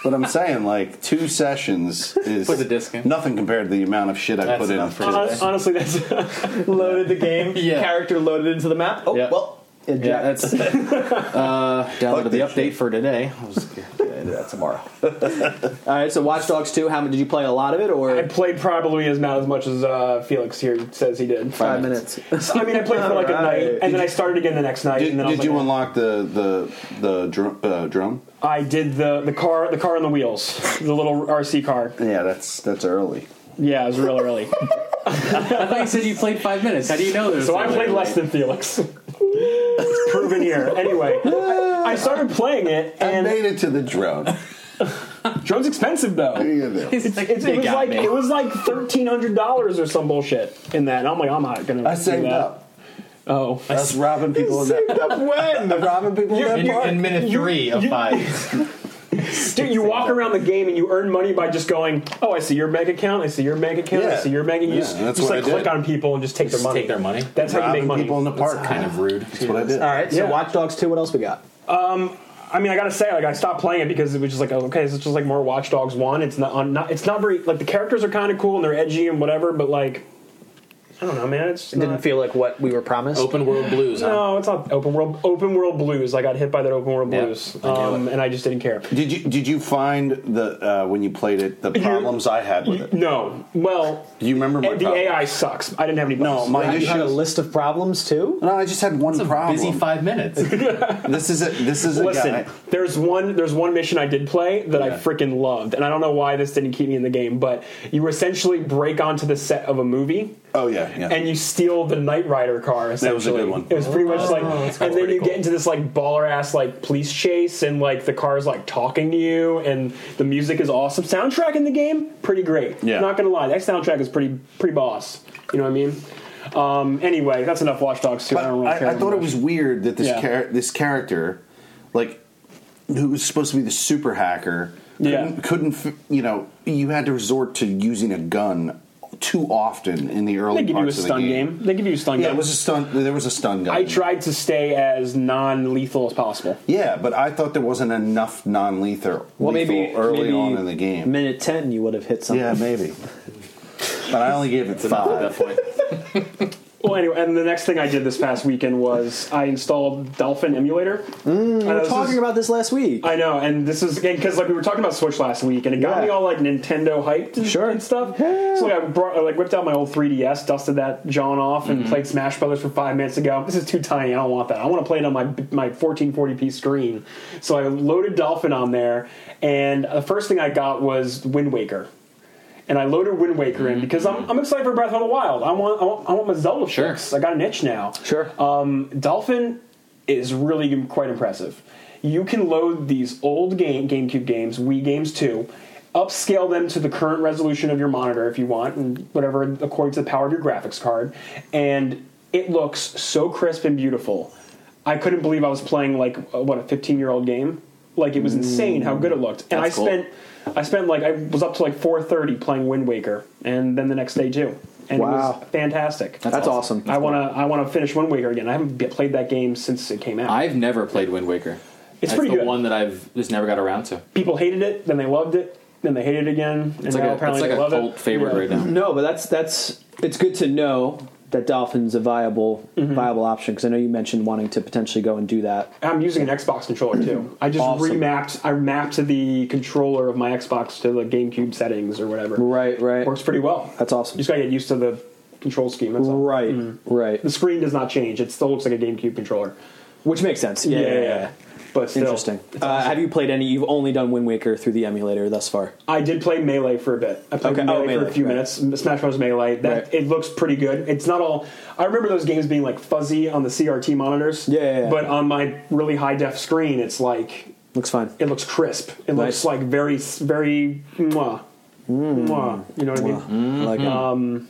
but I'm saying like two sessions is Put the disc in. nothing compared to the amount of shit I That's put in enough for for today. hon- honestly, that's [laughs] Loaded the [laughs] game, Yeah. character loaded into the map. Oh Yeah. well, eject. Yeah, that's uh, down to the this update for today. I'll just get into that tomorrow. [laughs] All right, so Watch Dogs two. How much did you play? A lot of it, or I played probably as not as much as uh, Felix here says he did. Five five minutes? So, I mean, I played for like a All night, right. and then I started again the next night. Did, and then I was did you like, "Oh." unlock the the the dr- uh, drone? I did the the car, the car on the wheels, the little RC car. Yeah, that's that's early. Yeah, it was real [laughs] early. I thought you said you played five minutes. How do you know this? So I played less than Felix. it's proven here. Anyway, I, I started playing it, I and made it to the [laughs] drone. drone's expensive though. You know. It's, it's, it was got like me. it was like thirteen hundred dollars or some bullshit in that. And I'm like, I'm not gonna. I do saved that. up. Oh, I was robbing people in that Up when? I'm robbing people in that In, park. in minute three of five. dude, you walk around the game and you earn money by just going. Oh, I see your bank account. I see your bank account. I Yeah. see your bank. account. You Yeah, just, that's just what like I did. click on people and just take their money. Take their money. That's how you make robbing money. people in the park. Kind of rude. That's what I did. All right, so Yeah. Watch Dogs two. What else we got? I mean, I gotta say, like, I stopped playing it because it was just like, okay, this is just like more Watch Dogs One. It's not, on not, it's not very like the characters are kind of cool and they're edgy and whatever, but like, I don't know, man. It's It didn't not- feel like what we were promised. [laughs] Open world blues. Huh? No, it's not open world. Open world blues. I got hit by that open world Yeah, blues, I knew um, it. and I just didn't care. Did you did you find the uh, when you played it the problems I had with it? No, well, Do you remember my the problem? AI sucks. I didn't have any. No, bugs. my You issue. had a list of problems too. No, I just had one It's a problem. busy five minutes. This is a this is a Listen, guy. there's one there's one mission I did play that I Yeah. freaking loved, and I don't know why this didn't keep me in the game, but you essentially break onto the set of a movie Oh yeah, yeah. and you steal the Knight Rider car. Essentially. was a good one. It was pretty Oh, much like, that's and then pretty you cool. get into this like baller ass like police chase, and like the car's like talking to you, and the music is awesome. Soundtrack in the game, pretty great. Yeah. not gonna lie, that soundtrack is pretty pretty boss. You know what I mean? Um, anyway, that's enough Watch Dogs 2. I But don't really care. I, I thought it anymore. was weird that this Yeah. char- this character, like, who was supposed to be the super hacker, Yeah. couldn't, couldn't f- you know you had to resort to using a gun too often in the early They give you a parts stun of the game. They give you a stun Yeah, game. it was a stun. There was a stun gun. I tried to stay as non-lethal as possible. Yeah, but I thought there wasn't enough non-lethal Well, maybe- lethal early maybe- on in the game. Minute ten, you would have hit something. Yeah, maybe. but I only gave it At five. that point. Well, anyway, and the next thing I did this past weekend was I installed Dolphin Emulator. Mm, We were talking about this last week. I know, and this is because like we were talking about Switch last week, and it got Yeah. me all like Nintendo hyped and, Sure. and stuff. Yeah. So like, I brought, I, like whipped out my old 3DS, dusted that John off, and played Smash Brothers for five minutes ago. This is too tiny. I don't want that. I want to play it on my my 1440p screen. So I loaded Dolphin on there, and the first thing I got was Wind Waker. And I loaded Wind Waker in because I'm, I'm excited for Breath of the Wild. I want I want, I want my Zelda Sure. fix. I got an itch now. Sure. Um, Dolphin is really quite impressive. You can load these old game GameCube games, Wii games too, upscale them to the current resolution of your monitor if you want, and whatever according to the power of your graphics card, and it looks so crisp and beautiful. I couldn't believe I was playing like uh, what a 15 year old game. Like Mm. it was insane how good it looked, and That's I cool. spent I spent like I was up to like 4:30 playing Wind Waker, and then the next day too, and it Wow. was fantastic. That's awesome. I want to. I want to finish Wind Waker again. I haven't be- played that game since it came out. I've never played Wind Waker. It's That's pretty the good. one that I've just never got around to. People hated it, then they loved it, then they hated it again, and It's like now a, it's apparently like they a love cult it. Mm-hmm. favorite Yeah. right now. No, but that's that's it's good to know that Dolphin's a viable viable option because I know you mentioned wanting to potentially go and do that. I'm using an Xbox controller too. I just Awesome. remapped. I mapped the controller of my Xbox to the GameCube settings or whatever. Right, right. Works pretty well. That's You awesome. just gotta get used to the control scheme. That's all. Right, right. The screen does not change. It still looks like a GameCube controller. Which makes sense. Yeah, yeah, yeah. yeah. But still, Interesting. Uh, have you played any? You've only done Wind Waker through the emulator thus far. I did play Melee for a bit. I played Okay. Melee, Oh, for Melee, a few right. minutes. Smash Bros. Melee. That Right. it looks pretty good. It's not all. I remember those games being like fuzzy on the CRT monitors. Yeah, yeah, yeah. But on my really high def screen, it's like Looks fine. it looks crisp. It Nice. Mm. looks like very very mwah, mwah. You know what I mean? I like it.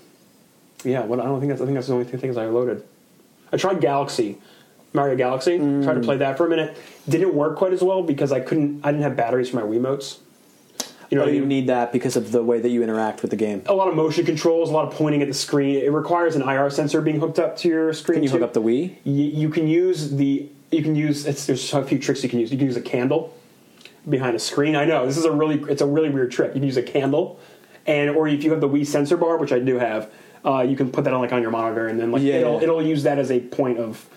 Yeah, well, I don't think that's. I think that's the only two things I loaded. I tried Galaxy, Mario Galaxy. Mm. Tried to play that for a minute. Didn't work quite as well because I couldn't. I didn't have batteries for my Wiimotes. You know, oh, what I you mean? need that because of the way that you interact with the game. a lot of motion controls, a lot of pointing at the screen. It requires an IR sensor being hooked up to your screen. Can you hook too. up the Wii? Y- you can use the. You can use. It's, there's a few tricks you can use. You can use a candle behind a screen. I know this is a really. It's a really weird trick. You can use a candle, and or if you have the Wii sensor bar, which I do have, uh, you can put that on like on your monitor, and then like Yeah, it'll yeah. it'll use that as a point of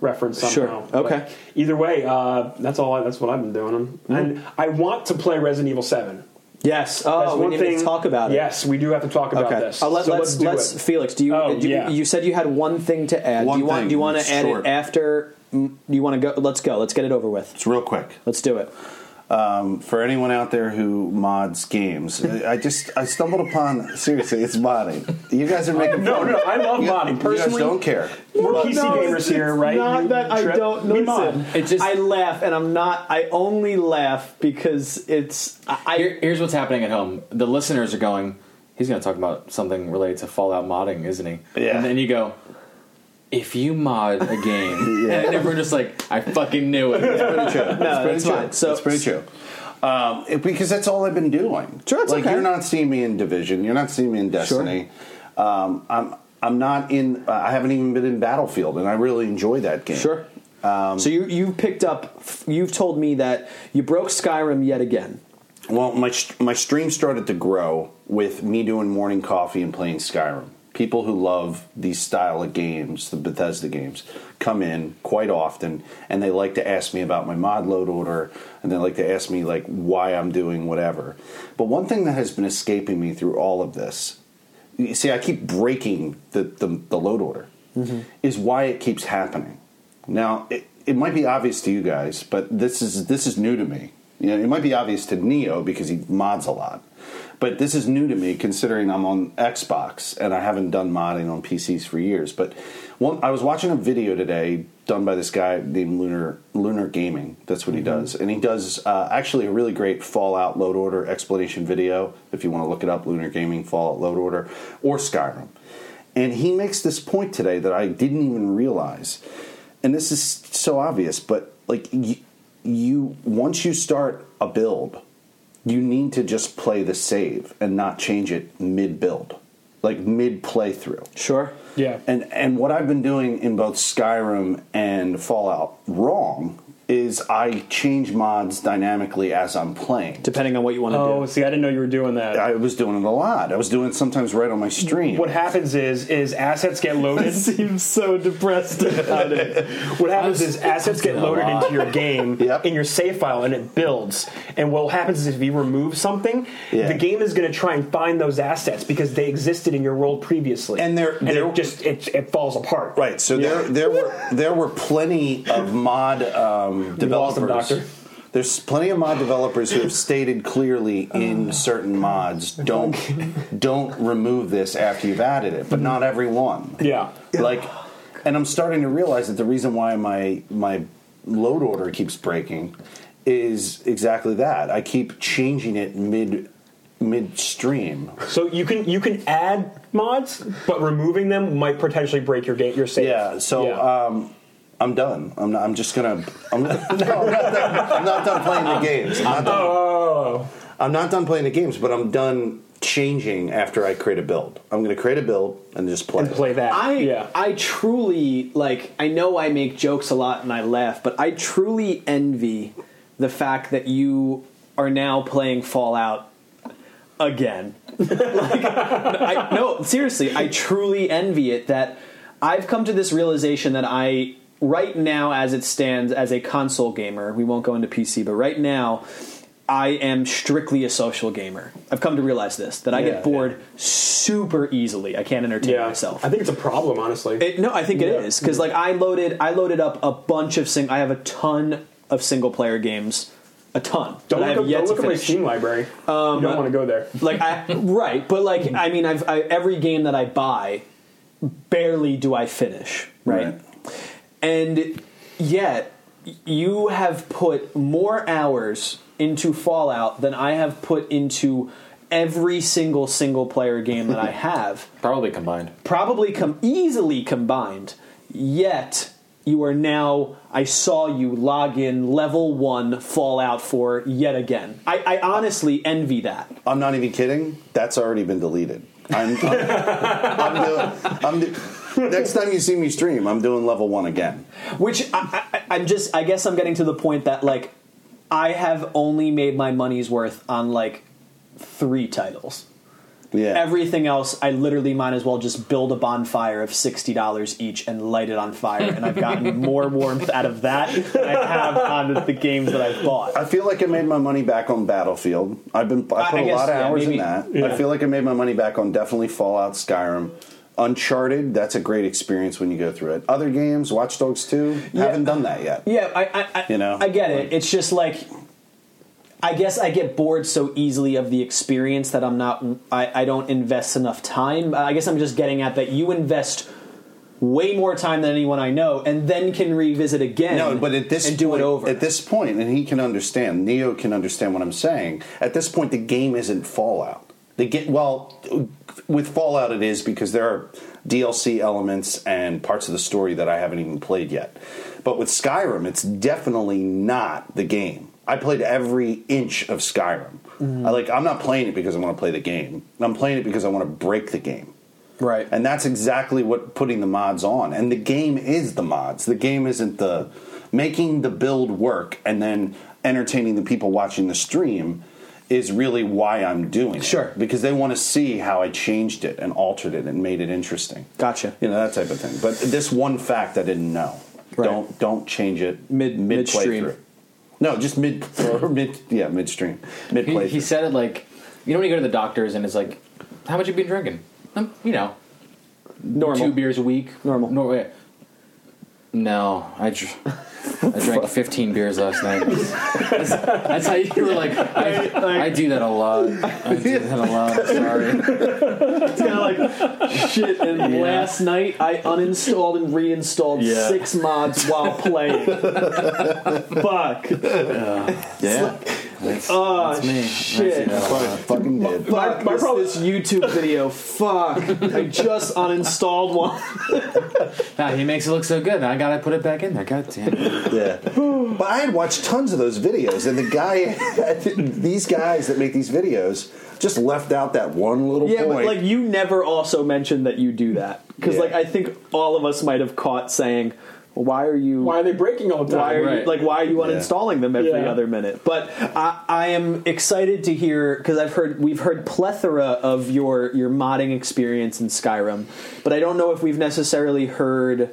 reference Sure. somehow. Okay. But either way, uh, that's all. I, that's what I've been doing, and Mm-hmm. I want to play Resident Evil Seven. Yes. Oh, That's we one need thing. to talk about it. Yes, we do have to talk about Okay. this. Uh, let, so let's let's do let's it. Felix. Do you, Oh, you yeah. you said you had one thing to add? One do you want thing, do you want it's to add short. it after? mm, Do you want to go? Let's go. Let's get it over with. It's real quick. Let's do it. for anyone out there who mods games, I I just I stumbled upon seriously, it's modding. You guys are making No, fun. no, I love You- modding. you guys Personally, don't care. we're PC gamers here, right? You trip- we mod. It just- I laugh, and I'm not. I only laugh because it's. I, I Here, here's what's happening at home. The listeners are going, he's going to talk about something related to Fallout modding, isn't he? Yeah. And then you go, if you mod a game, [laughs] and everyone just like, I fucking knew it. [laughs] Pretty true. it's pretty uh, it's true. fine. So- it's pretty true. Um, it- because that's all I've been doing. Sure, it's like okay. you're not seeing me in Division. You're not seeing me in Destiny. Um, I'm I'm not in. Uh, I haven't even been in Battlefield, and I really enjoy that game. sure. so you you picked up. You've told me that you broke Skyrim yet again. Well, my st- my stream started to grow with me doing morning coffee and playing Skyrim. People who love these style of games, the Bethesda games, come in quite often, and they like to ask me about my mod load order, and they like to ask me like why I'm doing whatever. But one thing that has been escaping me through all of this, you see, I keep breaking the the, the load order, is why it keeps happening. Now, it, it might be obvious to you guys, but this is this is new to me. You know, it might be obvious to Neo because he mods a lot, but this is new to me considering I'm on Xbox and I haven't done modding on PCs for years. But one, I was watching a video today done by this guy named Lunar Lunar Gaming. That's what he does, and he does uh, actually a really great Fallout Load Order explanation video. If you want to look it up, Lunar Gaming Fallout Load Order or Skyrim. And he makes this point today that I didn't even realize. And this is so obvious, but like you, you once you start a build, you need to just play the save and not change it mid build, like mid playthrough. Sure. yeah. And and what I've been doing in both Skyrim and Fallout wrong is I change mods dynamically as I'm playing. Depending on what you want to oh, do. see, I didn't know you were doing that. I was doing it a lot. I was doing it sometimes right on my stream. what happens is is assets get loaded. Seems so depressed about it. What happens [laughs] is assets get loaded into your game Yep. in your save file and it builds. And what happens is if you remove something, Yeah. the game is going to try and find those assets because they existed in your world previously. And they're- they're- it just it, it falls apart. Right. So there there were there were plenty of mod um, lost developers. him, Doctor. There's plenty of mod developers who have stated clearly Uh. in certain mods [laughs] don't don't remove this after you've added it, but not everyone. Yeah. Like, and I'm starting to realize that the reason why my my load order keeps breaking is exactly that. I keep changing it mid midstream. So you can you can add mods, but removing them might potentially break your game your save. Yeah. So. Yeah. Um, I'm done. I'm not. I'm just gonna. I'm, no, I'm not [laughs] done. I'm not done playing the games. I'm not done. oh. I'm not done playing the games, but I'm done changing after I create a build. I'm going to create a build and just play. And play that. I yeah. I truly like I know I make jokes a lot and I laugh, but I truly envy the fact that you are now playing Fallout [laughs] again. like, I, no, seriously, I truly envy it that I've come to this realization that I right now, as it stands, as a console gamer, we won't go into PC, but right now. I am strictly a social gamer. I've come to realize this that I Yeah, get bored super easily. I can't entertain yeah. myself. I think it's a problem, honestly. It, no, I think it Yeah. is because like I loaded, I loaded up a bunch of sing. I have a ton of single player games, a ton. don't look, that I have up, yet don't to look at my finish. Um, Steam library. you don't want to go there. Like I right, but like I mean, I've I, every game that I buy, barely do I finish. right. And yet, you have put more hours into Fallout than I have put into every single single player game [laughs] that I have. Probably combined. probably com- easily combined. Yet you are now. I saw you log in level one Fallout Four yet again. I, I honestly envy that. I'm not even kidding. That's already been deleted. I'm, I'm, I'm doing. I'm do- next time you see me stream, I'm doing level one again. Which I, I, I'm just. I guess I'm getting to the point that like I have only made my money's worth on like three titles. Yeah. Everything else, I literally might as well just build a bonfire of sixty dollars each and light it on fire, and I've gotten more warmth out of that than I have on the games that I've bought. I feel like I made my money back on Battlefield. I've been I I- put I a guess, lot of yeah, hours maybe- in that. yeah. I feel like I made my money back on definitely Fallout, Skyrim, Uncharted. That's a great experience when you go through it. Other games, Watch Dogs 2, haven't done that yet. Yeah, I, I, I You know? I get it. It's just like, I guess I get bored so easily of the experience that I'm not, I, I don't invest enough time. I guess I'm just getting at that you invest way more time than anyone I know, and then can revisit again. No, but at this and do point- it over. At this point, and he can understand. Neo can understand what I'm saying. At this point, the game isn't Fallout. The get well with Fallout, it is because there are DLC elements and parts of the story that I haven't even played yet. But with Skyrim, it's definitely not the game. I played every inch of Skyrim. Mm-hmm. I like. I'm not playing it because I want to play the game. I'm playing it because I want to break the game. right. And that's exactly what putting the mods on. And the game is the mods. The game isn't the making the build work and then entertaining the people watching the stream is really why I'm doing it. Sure. Because they want to see how I changed it and altered it and made it interesting. Gotcha. You know, that type of thing. But this one fact I didn't know. Right. Don't don't change it Mid- midstream. playthrough. No, just mid or mid yeah, midstream. Mid He, he playthrough. said it like, you know, when you go to the doctors and it's like, how much you been drinking? Um, you know, Normal. two beers a week. Normal. Nor- yeah. No, I, dr- I [laughs] drank 15 beers last night. That's, that's how you were like, I, I do that a lot. I do that a lot. Sorry. Shit, and Yeah. last night I uninstalled and reinstalled Yeah. six mods [laughs] while playing. Fuck. Yeah. That's, Oh, that's me. That's, you shit. know, uh, fucking did. My, my my problem problem- is YouTube video. Fuck. I just uninstalled one. nah, he makes it look so good. I gotta put it back in there. God damn it. Yeah. But I had watched tons of those videos, and the guy, [laughs] these guys that make these videos, just left out that one little [laughs] Yeah, point. but like you never also mentioned that you do that because Yeah. like I think all of us might have caught saying, "Why are you? Why are they breaking all the time? why are you Right. like why are you Yeah. uninstalling them every Yeah. other minute?" But I, I am excited to hear because I've heard we've heard plethora of your your modding experience in Skyrim, but I don't know if we've necessarily heard.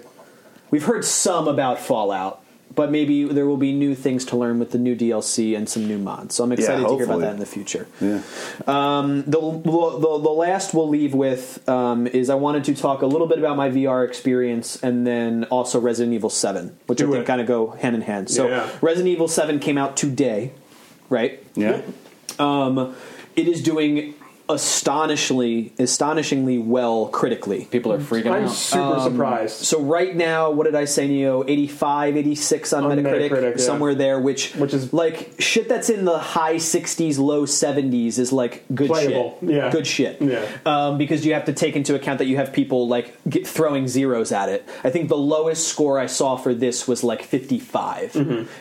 We've heard some about Fallout, but maybe there will be new things to learn with the new DLC and some new mods. So I'm excited to hear about hopefully. that in the future. yeah. Um, the, the, the last we'll leave with um, is I wanted to talk a little bit about my VR experience and then also Resident Evil 7, which I Do think it. kind of go hand in hand. So Yeah. Resident Evil 7 came out today, right? Yeah. Um, it is doing astonishingly, astonishingly well critically. People are freaking I'm out. super surprised. Um, So right now, what did I say, Neo? 85, 86 on, On Metacritic, Metacritic, yeah. somewhere there, which Which is- like shit that's in the high 60s, low 70s is like good Playable, shit. yeah. Good shit. Yeah. Um, because you have to take into account that you have people like get, throwing zeros at it. I think the lowest score I saw for this was like Mm-hmm. 55,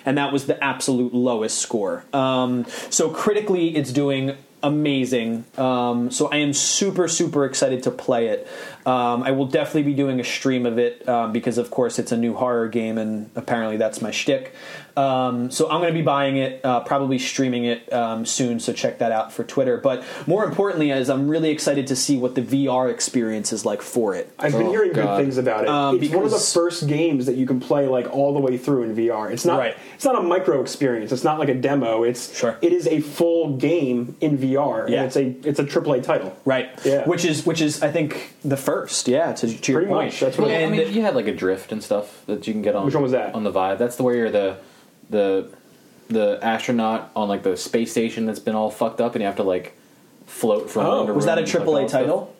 and that was the absolute lowest score. Um, so critically, it's doing amazing. Um, so I am super, super excited to play it. Um, I will definitely be doing a stream of it um, because, of course, it's a new horror game, and apparently that's my shtick. Um, so I'm going to be buying it, uh, probably streaming it um, soon. So check that out for Twitter. But more importantly, is I'm really excited to see what the VR experience is like for it. I've been Oh, hearing God. good things about it. Um, it's one of the because- first games that you can play like all the way through in VR. It's not Right. it's not a micro experience. It's not like a demo. It's Sure. it is a full game in VR. Yeah. And it's a it's a AAA title. Right. Yeah. Which is which is I think the first. Yeah. To, to your Pretty point. much. That's what Well, it I And- mean, you had like a drift and stuff that you can get on. Which one was that? On the Vive. That's the where you're the the the astronaut on like the space station that's been all fucked up, and you have to like float from. Oh, room to was that a room and collect all AAA the stuff. title?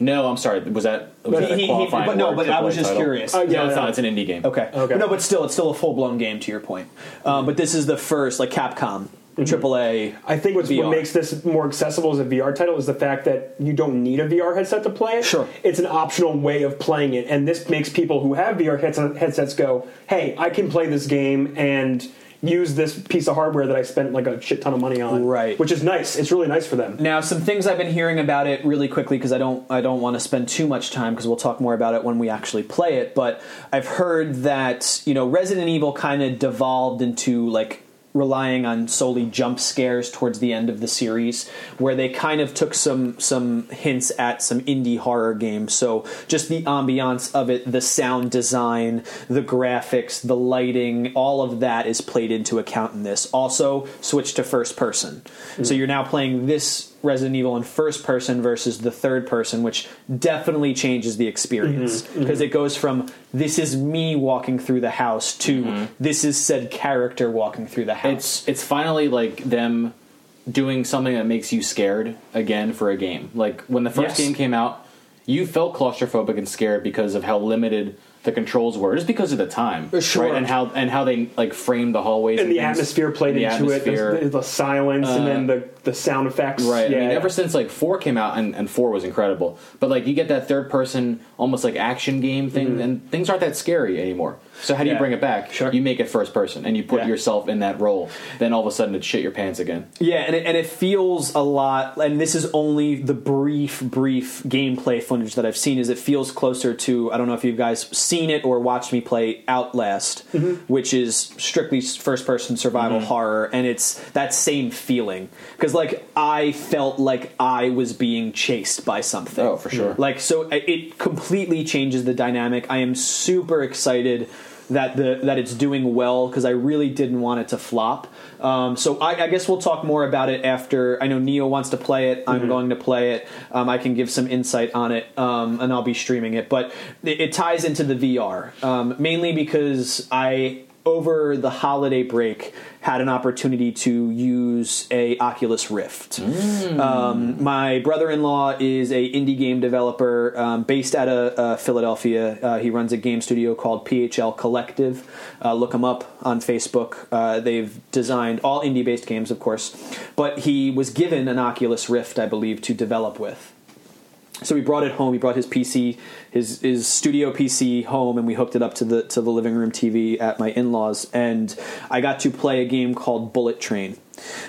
No, I'm sorry. Was that was that He- a he- he- qualifying but no, word, but I was AAA just title? curious. Oh, yeah, no, it's yeah. not. It's an indie game. Okay. Okay. No, but still, it's still a full blown game. To your point. Um, but this is the first, like Capcom Mm-hmm. AAA. I think what's, VR. what makes this more accessible as a VR title is the fact that you don't need a VR headset to play it. Sure. It's an optional way of playing it. And this makes people who have VR headset, headsets go, hey, I can play this game and use this piece of hardware that I spent like a shit ton of money on. Right. Which is nice. It's really nice for them. Now, some things I've been hearing about it really quickly because I don't I don't want to spend too much time because we'll talk more about it when we actually play it. But I've heard that you know Resident Evil kind of devolved into like relying on solely jump scares towards the end of the series where they kind of took some some hints at some indie horror games so just the ambiance of it the sound design the graphics the lighting all of that is played into account in this also switch to first person so you're now playing this Resident Evil in first person versus the third person, which definitely changes the experience because it goes from this is me walking through the house to this is said character walking through the house. It's it's finally like them doing something that makes you scared again for a game. Like when the first Yes. game came out, you felt claustrophobic and scared because of how limited the controls were, just because of the time, Uh, sure. And how and how they like framed the hallways and the things. atmosphere played The into it, the- the, atmosphere. the silence, and then the, the sound effects. Right. Yeah. I mean, ever since like four came out, and, and four was incredible. But like, you get that third person, almost like action game thing, and things aren't that scary anymore. So how do Mm-hmm. Yeah. you bring it back? Sure. You make it first person, and you put Yeah. yourself in that role. Then all of a sudden, it's shit your pants again. yeah, and it, and it feels a lot. And this is only the brief, brief gameplay footage that I've seen. Is it feels closer to I don't know if you guys seen it or watched me play Outlast, Mm-hmm. which is strictly first person survival horror, and it's that same feeling because like I felt like I was being chased by something. Oh, for sure. Like so, i- it completely changes the dynamic. I am super excited that the that it's doing well because I really didn't want it to flop. Um, so I, I guess we'll talk more about it after. I know Neo wants to play it. I'm going to play it. Um, I can give some insight on it, um, and I'll be streaming it. But it, it ties into the VR um, mainly because I over the holiday break had an opportunity to use a Oculus Rift. Um, my brother-in-law is a indie game developer um, based out of uh, Philadelphia. Uh, he runs a game studio called PHL Collective. Uh, look him up on Facebook. Uh, they've designed all indie-based games, of course, but he was given an Oculus Rift, I believe, to develop with. So he brought it home. He brought his PC, his his studio PC home, and we hooked it up to the to the living room TV at my in laws. And I got to play a game called Bullet Train.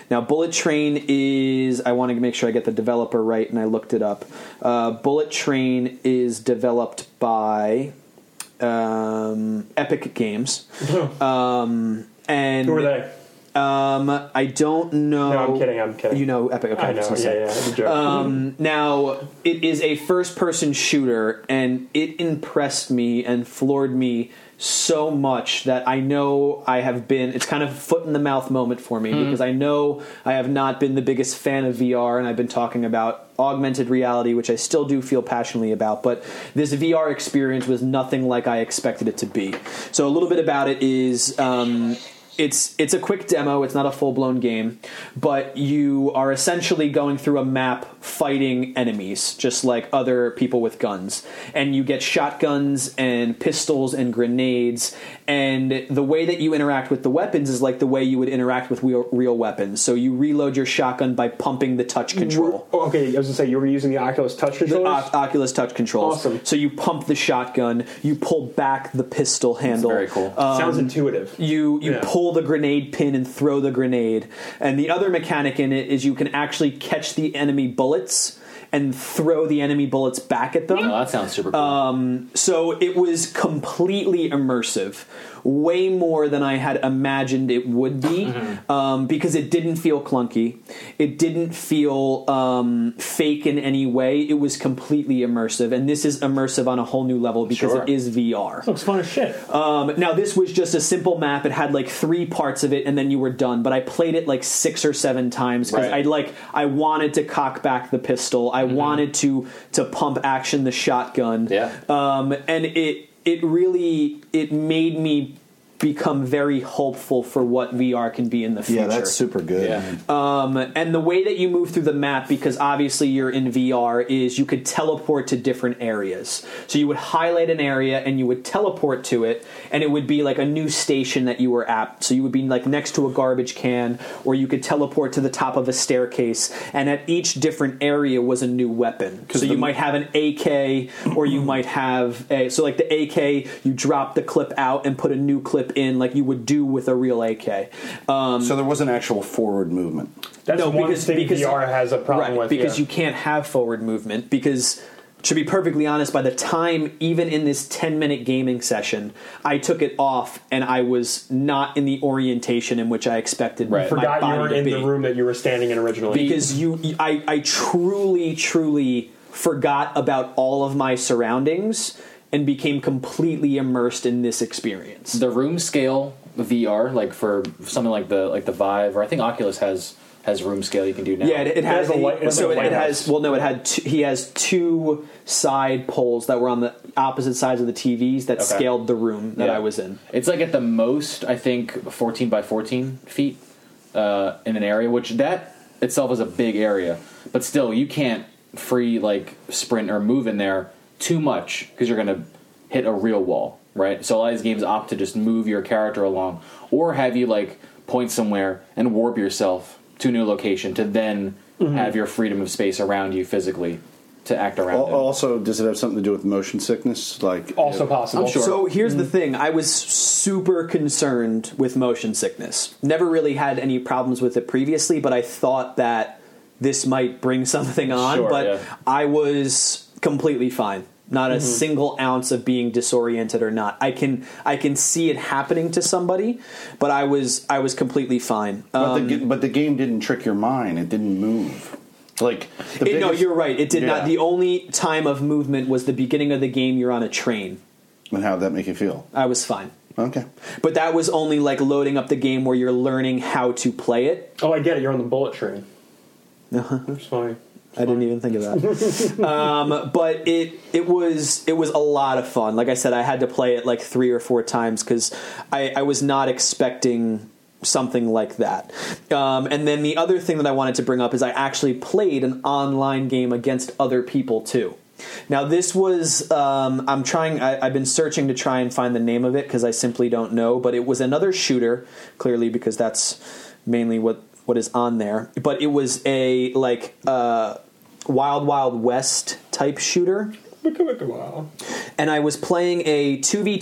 Now, Bullet Train is I want to make sure I get the developer right, and I looked it up. Uh, Bullet Train is developed by um, [laughs] Epic Games, um, and Who are they? Um, I don't know. No, I'm kidding, I'm kidding. You know Epic. Okay, I was know. gonna Yeah, say. yeah. It's a joke. Um, now, it is a first person shooter, and it impressed me and floored me so much that I know I have been. It's kind of foot in the mouth moment for me because I know I have not been the biggest fan of VR, and I've been talking about augmented reality, which I still do feel passionately about. But this VR experience was nothing like I expected it to be. So, a little bit about it is. Um, it's it's a quick demo. It's not a full blown game, but you are essentially going through a map fighting enemies, just like other people with guns. And you get shotguns and pistols and grenades. And the way that you interact with the weapons is like the way you would interact with real, real weapons. So you reload your shotgun by pumping the touch control. Oh, okay, I was gonna say you were using the Oculus Touch The controllers. Oc- Oculus Touch controls. Awesome. So you pump the shotgun, you pull back the pistol handle. very cool. Um, Sounds intuitive. you you Yeah. pull pull the grenade pin and throw the grenade. And the other mechanic in it is you can actually catch the enemy bullets and throw the enemy bullets back at them. Oh, that sounds super cool. Um, So it was completely immersive, way more than I had imagined it would be, um, because it didn't feel clunky. It didn't feel um, fake in any way. It was completely immersive, and this is immersive on a whole new level because Sure. it is VR. Looks fun as shit. Um, now this was just a simple map. It had like three parts of it, and then you were done. But I played it like six or seven times because Right. Mm-hmm. I like I wanted to cock back the pistol. I wanted to to pump action the shotgun. Yeah. um, and it it really it made me become very hopeful for what VR can be in the future. Yeah, that's super good. yeah. Um, and the way that you move through the map, because obviously you're in VR, is you could teleport to different areas. So you would highlight an area and you would teleport to it, and it would be like a new station that you were at. So you would be like next to a garbage can, or you could teleport to the top of a staircase, and at each different area was a new weapon. So you might have an AK, or you might have a. So like the AK, you drop the clip out and put a new clip in, like you would do with a real AK. Um, So there was an actual forward movement. That's no, one because- thing because- VR has a problem right with. because yeah. you can't have forward movement because to be perfectly honest by the time even in this 10 minute gaming session i took it off and i was not in the orientation in which i expected Right. my forgot body you were to in be the room that you were standing in originally. because you I, I truly truly forgot about all of my surroundings and became completely immersed in this experience the room scale VR, like for something like the like the Vive, or I think Oculus has has room scale you can do now. Yeah, it, it has has a light- the- so like it, a it lighthouse. has. Well, no, it had. Two, he has two side poles that were on the opposite sides of the TVs that Okay. scaled the room that Yeah. I was in. It's like at the most, I think, 14 by 14 feet uh, in an area, which that itself is a big area. But still, you can't free like sprint or move in there too much because you're going to hit a real wall, right? So a lot of these games opt to just move your character along or have you like point somewhere and warp yourself to a new location to then have your freedom of space around you physically to act around Al- it. Also, does it have something to do with motion sickness? Like Oh, also it- possible. I'm sure. Mm. So here's the thing: I was super concerned with motion sickness. Never really had any problems with it previously, but I thought that this might bring something on. Sure, but yeah. Mm-hmm. I was completely fine. Not a single ounce of being disoriented or not. I can I can see it happening to somebody, but I was I was completely fine. But, Um, the, ga- but the game didn't trick your mind. It didn't move. Like the It- no, biggest- you're right. It did not. Yeah. The only time of movement was the beginning of the game. You're on a train. And how'd that make you feel? I was fine, Okay. but that was only like loading up the game where you're learning how to play it. Oh, I get it. You're on the bullet train. Uh-huh. It's funny. I didn't even think of that. um, but it it was it was a lot of fun. Like I said, I had to play it like three or four times because I, I was not expecting something like that. Um, and then the other thing that I wanted to bring up is I actually played an online game against other people too. Now this was um, I'm trying I, I've been searching to try and find the name of it because I simply don't know. But it was another shooter, clearly because that's mainly what what is on there. But it was a like uh, Wild Wild West type shooter Wow. and I was playing a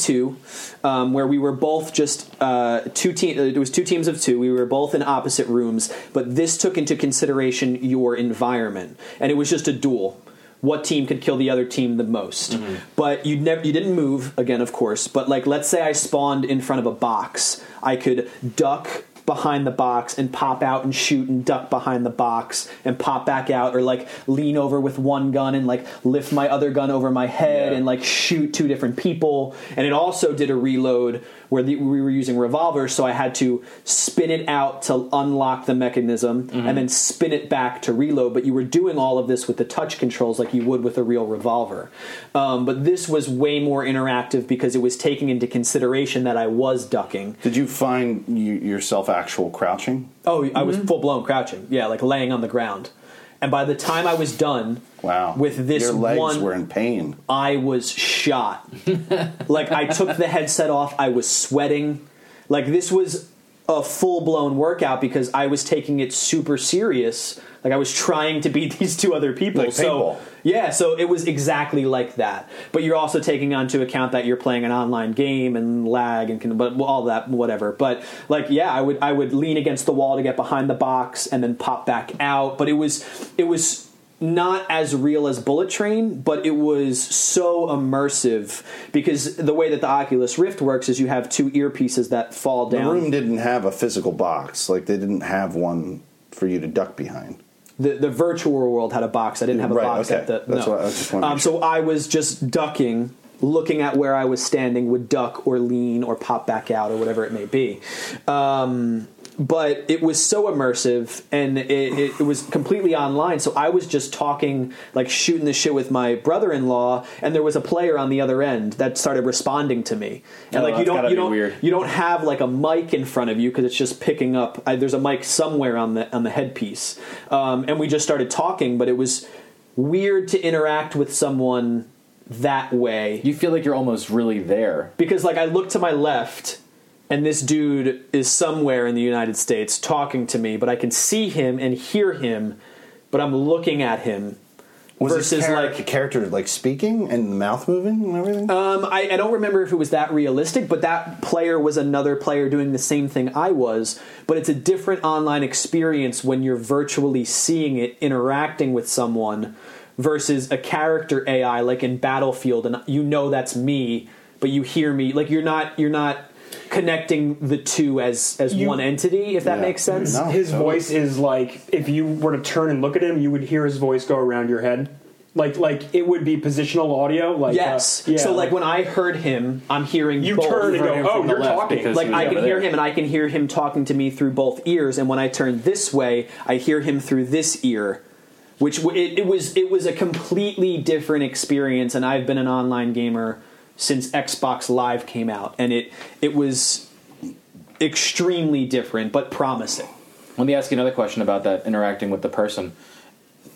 2v2 um, where we were both just uh, two team uh, it was two teams of two we were both in opposite rooms but this took into consideration your environment and it was just a duel what team could kill the other team the most but you never you didn't move again of course but like let's say I spawned in front of a box I could duck behind the box and pop out and shoot and duck behind the box and pop back out or like lean over with one gun and like lift my other gun over my head Yeah. and like shoot two different people and it also did a reload where the, we were using revolvers so i had to spin it out to unlock the mechanism and then spin it back to reload but you were doing all of this with the touch controls like you would with a real revolver um, but this was way more interactive because it was taking into consideration that i was ducking Did you find you, yourself actual crouching? Oh, I Mm-hmm. was full blown crouching. Yeah, like laying on the ground. And by the time I was done, Wow. With this your legs one- were in pain. I [laughs] was shot. like I took the headset off. I was sweating. Like this was a full blown workout because I was taking it super serious. Like I was trying to beat [laughs] these two other people. Like paintball. so yeah, so it was exactly like that. But you're also taking into account that you're playing an online game and lag and can, but all that whatever. But like yeah, I would I would lean against the wall to get behind the box and then pop back out. But it was it was not as real as Bullet Train, but it was so immersive because the way that the Oculus Rift works is you have two earpieces that fall The down. room didn't have a physical box. Like they didn't have one for you to duck behind. the, the virtual world had a box. I didn't have a Right, box okay. at the. That's no. what I- I just wanted to um, make So I was just ducking, looking at where I was standing, would duck or lean or pop back out or whatever it may be. Um, but it was so immersive and it, it, it was completely online. So I was just talking, like shooting the shit with my brother in law, and there was a player on the other end that started responding to me. And Oh, like you that's don't gotta be you don't weird. you don't have like a mic in front of you because it's just picking up. I, there's a mic somewhere on the on the headpiece, um, and we just started talking. But it was weird to interact with someone that way You feel like you're almost really there. because like I look to my left and this dude is somewhere in the United States talking to me, but I can see him and hear him, but I'm looking at him. versus like a character like speaking and mouth moving and everything. Uh, Um, I, I don't remember if it was that realistic, but that player was another player doing the same thing I was. But it's a different online experience when you're virtually seeing it, interacting with someone, versus a character AI like in Battlefield, and you know that's me, but you hear me. Like you're not you're not connecting the two as as You- one entity, if that Yeah. makes sense. No. His so- voice is like if you were to turn and look at him, you would hear his voice go around your head. Like like it would be positional audio. Like uh, Yes. yeah, so like, when I heard him, I'm hearing you both. turn and Right go, here oh, from the you're left talking. because Like he was like I over can there. hear him and I can hear him talking to me through both ears and when I turn this way I hear him through this ear which w- it, it was it was a completely different experience and I've been an online gamer since Xbox Live came out and it it was extremely different but promising Let me ask you another question about that interacting with the person.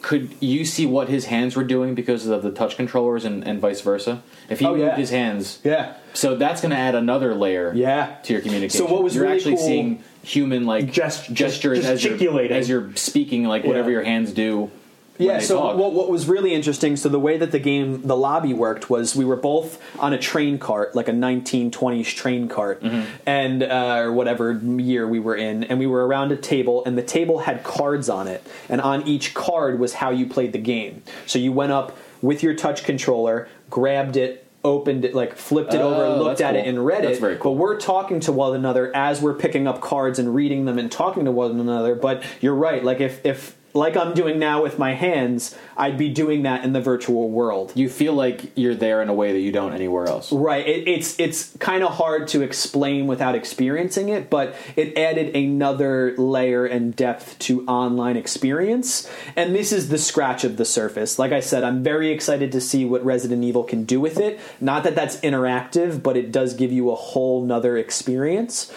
Could you see what his hands were doing because of the touch controllers and, and vice versa? If he Oh, moved yeah. his hands, yeah so that's going to add another layer, Yeah. to your communication. So what was you're really actually cool- seeing human like Gest- gesture as you're, gesticulating. as you're speaking, like whatever Yeah. your hands do. when Yeah. they So talk. what what was really interesting? So the way that the game, the lobby worked was we were both on a train cart, like a 1920s train cart, and uh, or whatever year we were in, and we were around a table, and the table had cards on it, and on each card was how you played the game. So you went up with your touch controller, grabbed it. Opened it, like flipped it over, Oh, looked that's at it, cool. and read That's it. very cool. But we're talking to one another as we're picking up cards and reading them and talking to one another but you're right like if if like i'm doing now with my hands i'd be doing that in the virtual world you feel like you're there in a way that you don't anywhere else. right it, it's it's kind of hard to explain without experiencing it but it added another layer and depth to online experience and this is the scratch of the surface like i said i'm very excited to see what resident evil can do with it not that that's interactive but it does give you a whole nother experience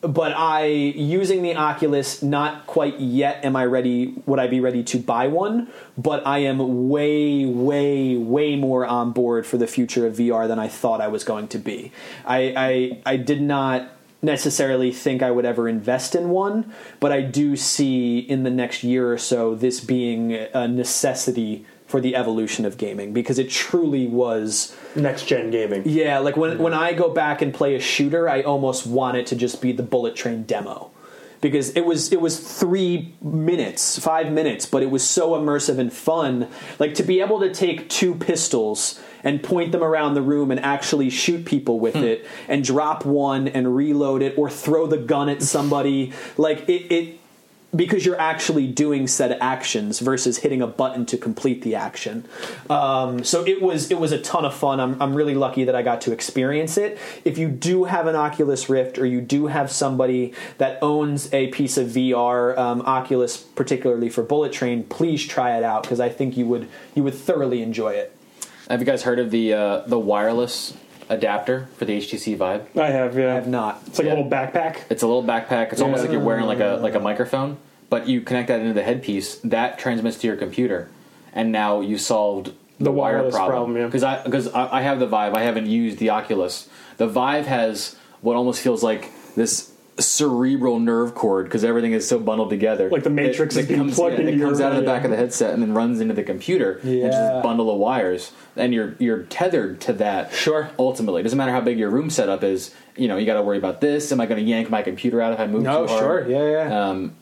but I using the Oculus not quite yet am I ready would I be ready to buy one but I am way way way more on board for the future of VR than I thought I was going to be I I, I did not necessarily think I would ever invest in one but I do see in the next year or so this being a necessity for the evolution of gaming because it truly was next gen gaming. yeah, like when when I go back and play a shooter, I almost want it to just be the bullet train demo. Because it was it was three minutes, five minutes, but it was so immersive and fun. Like to be able to take two pistols and point them around the room and actually shoot people with it, and drop one and reload it, or throw the gun at somebody. like it, it because you're actually doing said actions versus hitting a button to complete the action. Um, so it was it was a ton of fun. I'm, I'm really lucky that I got to experience it. If you do have an Oculus Rift or you do have somebody that owns a piece of VR um, Oculus, particularly for Bullet Train, please try it out because I think you would you would thoroughly enjoy it. Have you guys heard of the uh, the wireless adapter for the HTC Vibe? I have. Yeah, I have not. It's like Yeah. a little backpack. It's a little backpack. It's almost Yeah. like you're wearing like a like a microphone, but you connect that into the headpiece. That transmits to your computer, and now you solved the, wire wireless problem, problem. yeah. Because I because I, I have the Vive. I haven't used the Oculus. The Vive has what almost feels like this cerebral nerve cord because everything is so bundled together. Like the Matrix it, is being comes, plugged yeah, into it your- comes out of the yeah. back of the headset and then runs into the computer. And it's just Yeah. a bundle of wires, and you're you're tethered to that. Sure. Ultimately, it doesn't matter how big your room setup is. You know, you got to worry about this. Am I going to yank my computer out if I move No, too hard? sure. Yeah, yeah. Um,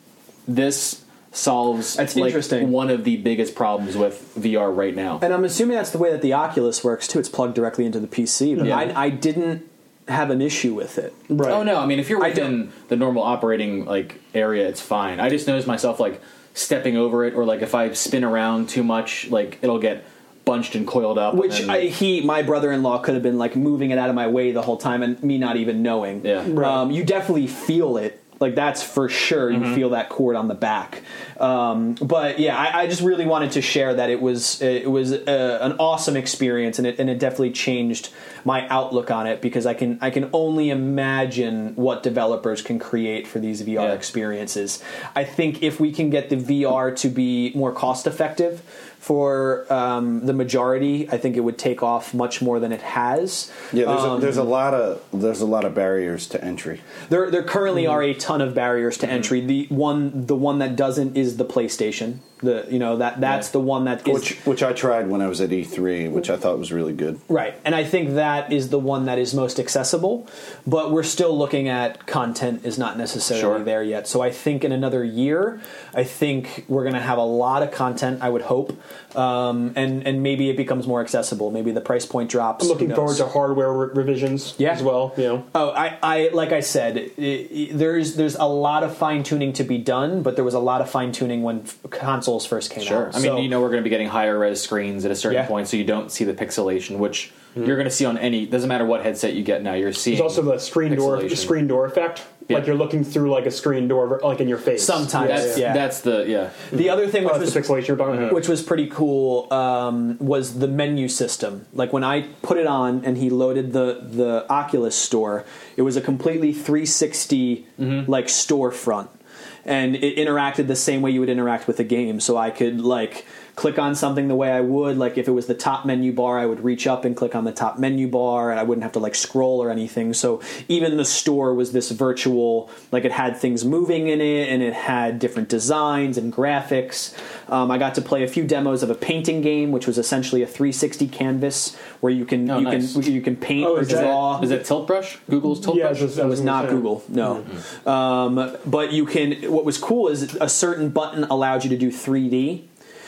this solves That's like interesting. one of the biggest problems with VR right now. And I'm assuming that's the way that the Oculus works too. It's plugged directly into the PC. But Yeah. I, I didn't have an issue with it. Right. Oh no! I mean, if you're I within the normal operating like area, it's fine. I just noticed myself like stepping over it, or like if I spin around too much, like it'll get bunched and coiled up. and Which then- I, he, my brother-in-law, could have been like moving it out of my way the whole time, and me not even knowing. Yeah. Right. Um, you definitely feel it. Like that's for sure. You feel that cord on the back. Um, but yeah, I, I just really wanted to share that it was it was uh an awesome experience, and it and it definitely changed my outlook on it because I can I can only imagine what developers can create for these VR Yeah. experiences. I think if we can get the VR to be more cost effective for um, the majority, I think it would take off much more than it has. Yeah, there's, Um, a, there's a lot of there's a lot of barriers to entry. there, there currently Hmm. are a ton of barriers to entry. The one, the one that doesn't is the PlayStation. The you know that that's Yeah. the one that is which which I tried when I was at E3, which I thought was really good. right, and I think that is the one that is most accessible. But we're still looking at content is not necessarily Sure. there yet. So I think in another year, I think we're going to have a lot of content. I would hope, um, and and maybe it becomes more accessible. Maybe the price point drops. I'm Who looking knows? forward to hardware re- revisions Yeah. as well. You know, Oh, I, I like I said, i i there's there's a lot of fine tuning to be done, but there was a lot of fine tuning when f- consoles first came sure. out. I mean, So- you know, we're going to be getting higher res screens at a certain Yeah. Hmm. point, so you don't see the pixelation, which you're going to see on any. Doesn't matter what headset you get now, you're seeing. there's also the screen door, pixelation. the screen door effect. Yeah. Like you're looking through like a screen door, like in your face. Sometimes, That's, yeah. that's the yeah. the other thing which Oh, that's was the pixelation you're talking about. which was pretty cool um, was the menu system. Like when I put it on and he loaded the the Oculus store, it was a completely 360 Mm-hmm. like storefront, and it interacted the same way you would interact with a game. So I could like click on something the way I would like if it was the top menu bar I would reach up and click on the top menu bar and I wouldn't have to like scroll or anything so even the store was this virtual like it had things moving in it and it had different designs and graphics um, I got to play a few demos of a painting game which was essentially a 360 canvas where you can Oh, you nice. can you can paint Oh, or is that- draw Is it Tilt Brush? Google's Tilt yeah, Brush. it's just- it I was gonna not say. Google, no. Um, but you can. What was cool is a certain button allowed you to do 3D.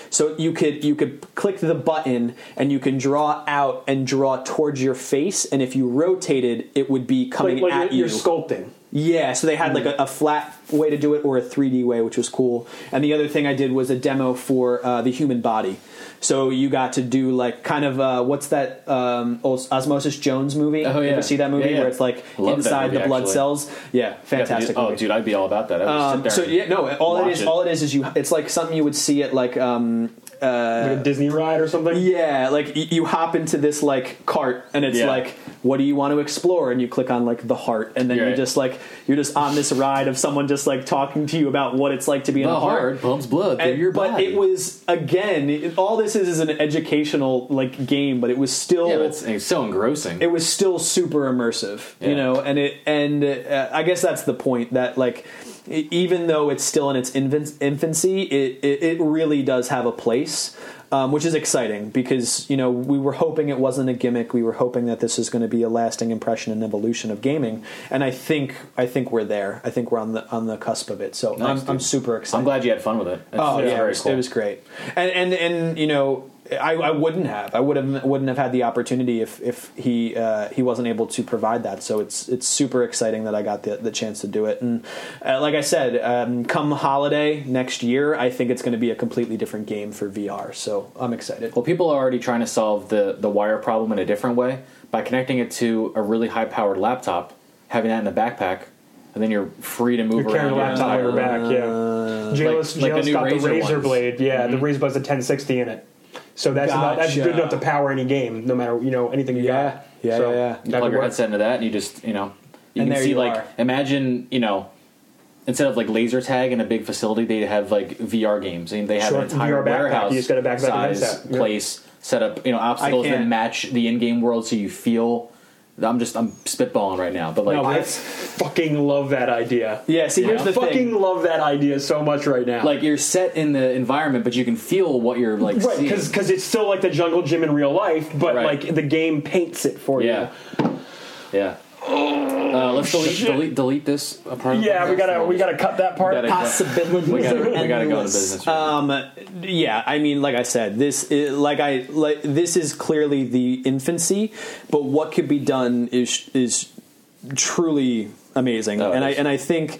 So you could you could click the button and you can draw out and draw towards your face, and if you rotated, it would be Uh-huh. coming Like, like at you're, you're you. sculpting. Yeah, so they had like a, Hmm. a flat way to do it or a 3D way, which was cool. And the other thing I did was a demo for uh, the human body. So you got to do like kind of uh, what's that um, Os- Osmosis Jones movie? Oh, You ever yeah. see that movie Yeah, yeah. where it's like I love that inside movie, the blood actually. cells? Yeah, fantastic. Oh, movie. dude, I'd be all about that. I would Um, sit there. so and yeah, no. All it watch is, all it is, is you. It's like something you would see at like um, like a Disney ride or something. yeah, like y- you hop into this like cart and it's Yeah. like what do you want to explore and you click on like the heart and then You're you're right. just like you're just on this ride of someone just like talking to you about what it's like to be in the a heart. heart pumps blood through And- your but body. it was again it- all this is is an educational like game but it was still yeah, but it's, it's so engrossing. it was still super immersive you Yeah. know and it and uh, i guess that's the point that like e- even though it's still in its infan- infancy it, it it really does have a place um, which is exciting because you know we were hoping it wasn't a gimmick we were hoping that this is going to be a lasting impression and evolution of gaming and i think i think we're there i think we're on the on the cusp of it so Nice, I'm, I'm dude. super excited I'm glad you had fun with it. It's- Oh it's yeah, it very was, cool. it was great, and and and you know, I, I wouldn't have, I would have wouldn't have had the opportunity if if he uh, he wasn't able to provide that. So it's it's super exciting that I got the the chance to do it, and uh, like I said, um, come holiday next year, I think it's going to be a completely different game for VR. So I'm excited. Well, people are already trying to solve the, the wire problem in a different way by connecting it to a really high powered laptop, having that in a backpack, and then you're free to move You're around. carrying a your laptop on entire your back. Yeah. Jalen's like the Jalen's new got Razer the razor ones. blade. Yeah, the razor blade's a 1060 in it. So that's about, that's Gotcha. good enough to power any game, no matter you know anything you Yeah. got. Yeah, so yeah, yeah. that You plug could your work. headset into that, and you just you know you can And there see you like are. imagine you know instead of like laser tag in a big facility, they have like VR games. I mean, they have Sure, an entire VR backpack. warehouse You just got a backpack and size headset. Yeah. place set up you know obstacles that can't- match the in game world, so you feel I'm just I'm spitballing right now, but like No, but I fucking love that idea. Yeah, see, here's Yeah. the fucking thing. love that idea so much right now. like you're set in the environment, but you can feel what you're like right, seeing. because it's still like the jungle gym in real life, but Right. like the game paints it for Yeah. Yeah. Uh, let's delete, delete delete this part. you. Yeah, we gotta we gotta cut that part. Gotta- Possibilities we gotta, are we gotta go to endless. business. Um, yeah, I mean, like I said, this is, like I like this is clearly the infancy, but what could be done is is truly amazing, Oh, it and I is. and I think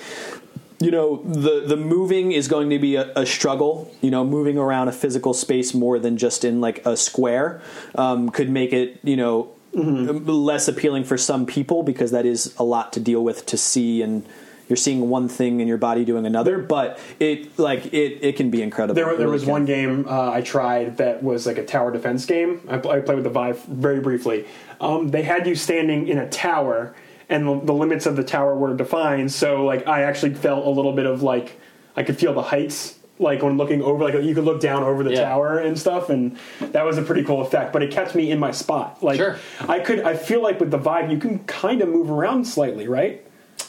you know the the moving is going to be a, a struggle. You know, moving around a physical space more than just in like a square um, could make it you know Mm-hmm. less appealing for some people because that is a lot to deal with to see and. You're seeing one thing in your body doing another, but it like it, it can be incredible. There, It there really was can. one game uh, I tried that was like a tower defense game. I, pl- I played with the Vive very briefly. Um, they had you standing in a tower, and the, the limits of the tower were defined. So like I actually felt a little bit of like I could feel the heights. Like when looking over, like you could look down over the Yeah. tower and stuff, and that was a pretty cool effect. But it kept me in my spot. Like Sure. I could, I feel like with the vibe, you can kind of move around slightly, right?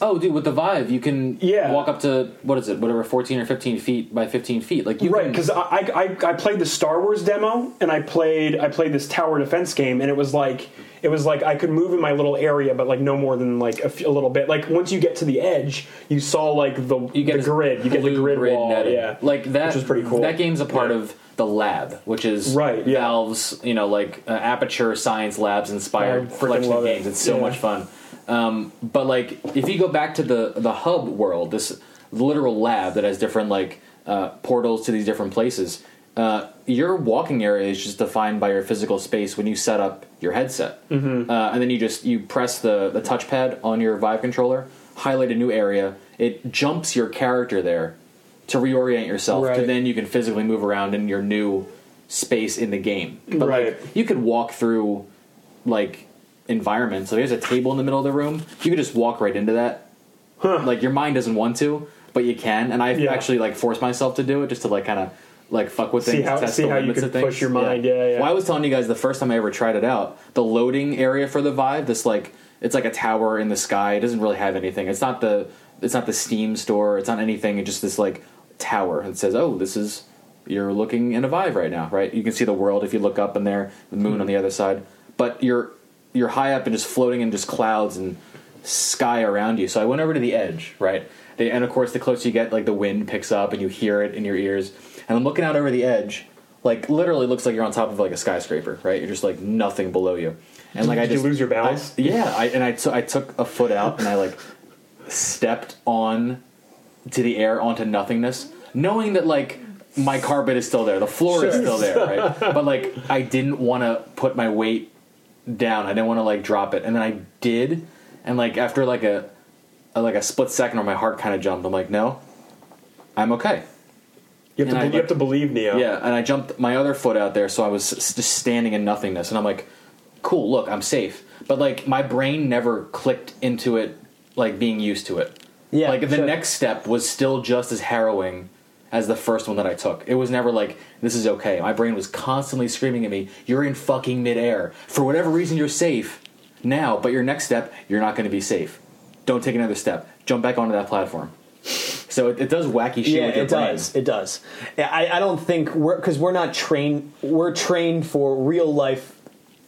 Oh, dude, with the Vive, you can Yeah. walk up to what is it, whatever, fourteen or fifteen feet by fifteen feet. Like you right can- because I, I I played the Star Wars demo and I played I played this tower defense game and it was like it was like I could move in my little area but like no more than like a, few- a little bit like once you get to the edge you saw like the you get the this grid you get the blue grid, wall netting. yeah like that, which is pretty cool That game's a part Yeah. of the lab, which is Right, yeah. Valve's, you know, like uh, Aperture Science Labs inspired I freaking collection of love it. games. It's so Yeah. much fun. Um, but like, if you go back to the the hub world, this literal lab that has different like uh, portals to these different places. Uh, your walking area is just defined by your physical space when you set up your headset, mm-hmm. uh, and then you just you press the the touchpad on your Vive controller, highlight a new area. It jumps your character there to reorient yourself, to Right. then you can physically move around in your new space in the game. But Right. like, you could walk through like environments. So there's a table in the middle of the room. You could just walk right into that. Like your mind doesn't want to, but you can. And I've Yeah. actually like forced myself to do it just to like kind of like fuck with See things, how- test see the how you limits could of things. push your mind. Yeah, yeah. Well, I was telling you guys the first time I ever tried it out, the loading area for the Vive, this like it's like a tower in the sky. It doesn't really have anything. It's not the it's not the Steam store. It's not anything. It's just this like tower and it says, "Oh, this is you're looking in a Vive right now, right? You can see the world if you look up in there, the moon on the other side. But you're you're high up and just floating in just clouds and sky around you. So I went over to the edge, right? They, and of course, the closer you get, like the wind picks up and you hear it in your ears. And I'm looking out over the edge, like literally looks like you're on top of like a skyscraper, right? You're just like nothing below you. And like I Did you just lose your balance? I- yeah, I, and I took I took a foot out and I like stepped on to the air onto nothingness, knowing that like my carpet is still there, the floor is still there, [laughs] right? but like I didn't want to put my weight down. I didn't want to like drop it, and then I did, and like after like a, a like a split second, where my heart kind of jumped. I'm like, no, I'm okay. you have, and to, I, be- like- you have to believe Neo Yeah, and I jumped my other foot out there, so I was s- just standing in nothingness, and I'm like, cool, look, I'm safe. But like my brain never clicked into it, like being used to it. Yeah, like the sure. next step was still just as harrowing as the first one that I took. It was never like this is okay. My brain was constantly screaming at me, "You're in fucking midair. For whatever reason, you're safe now, but your next step, you're not going to be safe. Don't take another step. Jump back onto that platform." So it, it does wacky shit. Yeah, with your it brain. does. It does. Yeah, I, I don't think we're because we're not trained. We're trained for real life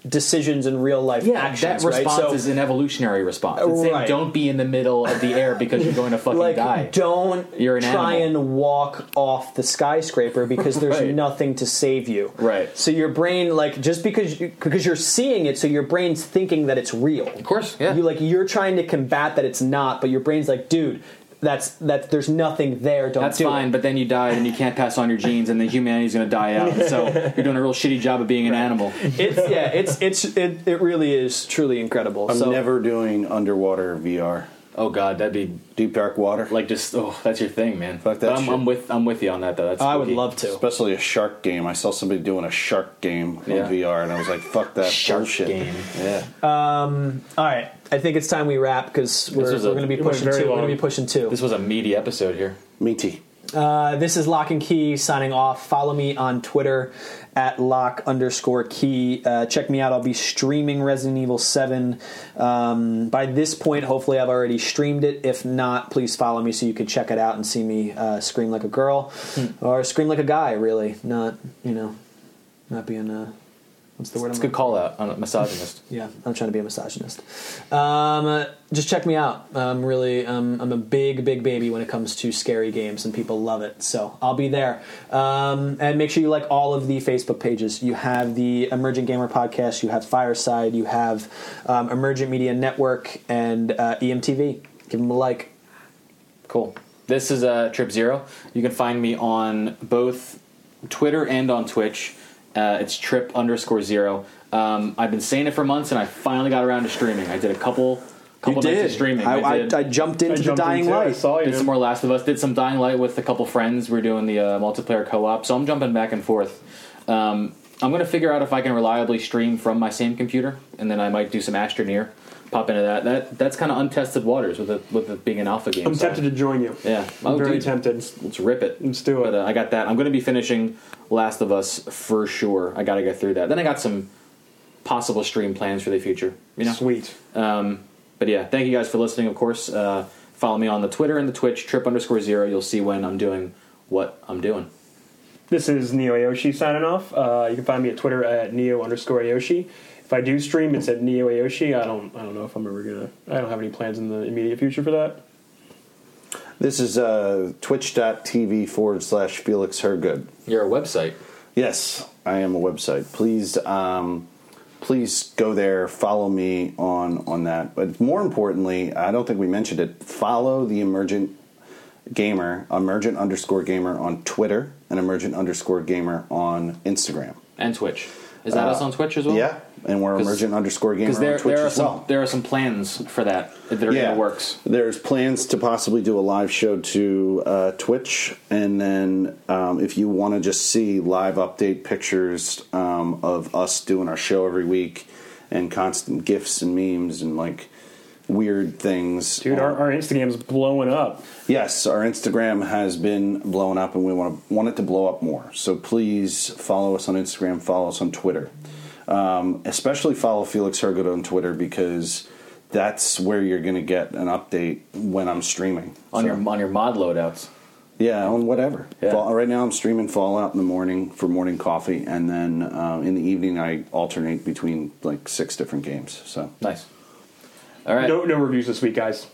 decisions and real life Yeah, actions. that response right? So, is an evolutionary response. It's saying Right. don't be in the middle of the air because you're going to fucking like, die. don't You're an try animal. and walk off the skyscraper because there's [laughs] Right. nothing to save you. Right. So your brain, like, just because you, because you're seeing it, so your brain's thinking that it's real. Of course, yeah. You like you're trying to combat that it's not, but your brain's like, dude, that's that. There's nothing there. Don't That's do fine, it. but then you die and you can't pass on your genes, and then humanity's going to die out. So you're doing a real shitty job of being an animal. It's yeah. It's it's it, it really is truly incredible. I'm so never doing underwater VR. Oh God, that'd be Deep dark water. like just oh, that's your thing, man. Fuck that But I'm, shit. I'm with I'm with you on that though. That's I would spooky. love to. especially a shark game. I saw somebody doing a shark game on Yeah. VR and I was like, fuck that Shark bullshit. game. Yeah. All right, I think it's time we wrap because we're, was we're a- going to be went pushing very two. We're going long. to be pushing two. This was a meaty episode here. Meaty. Uh, this is Lock and Key signing off. Follow me on Twitter at lock underscore key. Uh, check me out. I'll be streaming Resident Evil 7. Um, by this point, hopefully, I've already streamed it. If not, please follow me so you can check it out and see me uh, scream like a girl Hmm. or scream like a guy, really. Not, you know, not being a. What's the word It's I'm a good call out on a misogynist. yeah, I'm trying to be a misogynist. Um, uh, just check me out. I'm really, um, I'm a big, big baby when it comes to scary games, and people love it. So I'll be there. Um, and make sure you like all of the Facebook pages. You have the Emergent Gamer Podcast, you have Fireside, you have um, Emergent Media Network, and uh, EMTV. Give them a like. Cool. This is uh, Trip Zero. You can find me on both Twitter and on Twitch. Uh, it's Trip underscore Zero. Um, I've been saying it for months, and I finally got around to streaming. I did a couple, couple nights of streaming. I, I I, did. I jumped into the jumped dying into it. I light. saw you. did some more Last of Us. Did some Dying Light with a couple friends. We're doing the uh, multiplayer co-op, so I'm jumping back and forth. Um, I'm going to figure out if I can reliably stream from my same computer, and then I might do some Astroneer. Pop into that. That that's kind of untested waters with it with it being an alpha game. I'm so- tempted to join you. Yeah, I'm Oh, very dude. tempted. Let's rip it. Let's do it. But, uh, I got that. I'm going to be finishing Last of Us for sure. I got to get through that. Then I got some possible stream plans for the future. You know. Sweet. Um, but yeah, thank you guys for listening. Of course, uh, follow me on the Twitter and the Twitch trip underscore zero. You'll see when I'm doing what I'm doing. This is Neo Ayoshi signing off. Uh, you can find me at Twitter at Neo underscore Ayoshi. If I do stream, it's at Neo Ayoshi. I don't. I don't know if I'm ever gonna. I don't have any plans in the immediate future for that. This is uh, twitch.tv forward slash Felix Hergood. Your website. Yes, I am a website. Please, um, please go there. Follow me on on that. But more importantly, I don't think we mentioned it. Follow the emergent gamer, emergent underscore gamer on Twitter, and emergent underscore gamer on Instagram. and Twitch. Is that us on Twitch as well? Uh, Yeah, and we're 'Cause- emergent underscore gamer because there on Twitch there are as some well. there are some plans for that that are in the works. There's plans to possibly do a live show to uh, Twitch, and then um, if you want to just see live update pictures um, of us doing our show every week, and constant gifs and memes and like weird things. Dude, um, our, our Instagram's blowing up. yes, our Instagram has been blown up, and we want to want it to blow up more. So please follow us on Instagram, follow us on Twitter, um, especially follow Felix Hergood on Twitter because that's where you're going to get an update when I'm streaming On So- your on your mod loadouts. yeah, on whatever. Yeah. Fall, right now, I'm streaming Fallout in the morning for morning coffee, and then uh, in the evening, I alternate between like six different games. So Nice. All right. No, no reviews this week, guys.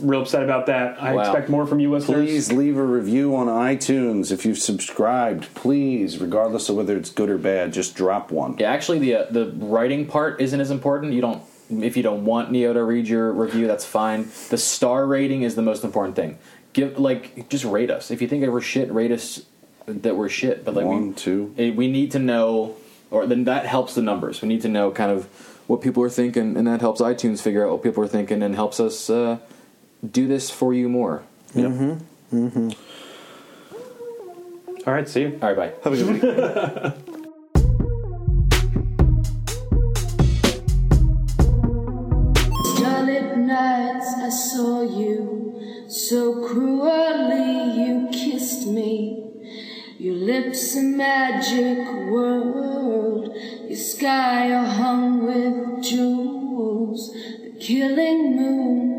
Real upset about that. I Wow. expect more from you listeners. please leave a review on iTunes if you've subscribed. Please, regardless of whether it's good or bad, just drop one. Yeah, actually, the uh, the writing part isn't as important. You don't if you don't want Neo to read your review, that's fine. The star rating is the most important thing. Give like just rate us. If you think that we're shit, rate us that we're shit. But like we, One, two. eh, we need to know, or then that helps the numbers. We need to know kind of what people are thinking, and that helps iTunes figure out what people are thinking, and helps us uh, do this for you more. All right, see you. All right, bye. Have a good week. Starlit nights, I saw you. So cruelly, you kissed me. Your lips, a magic world. Your sky, are hung with jewels. The killing moon.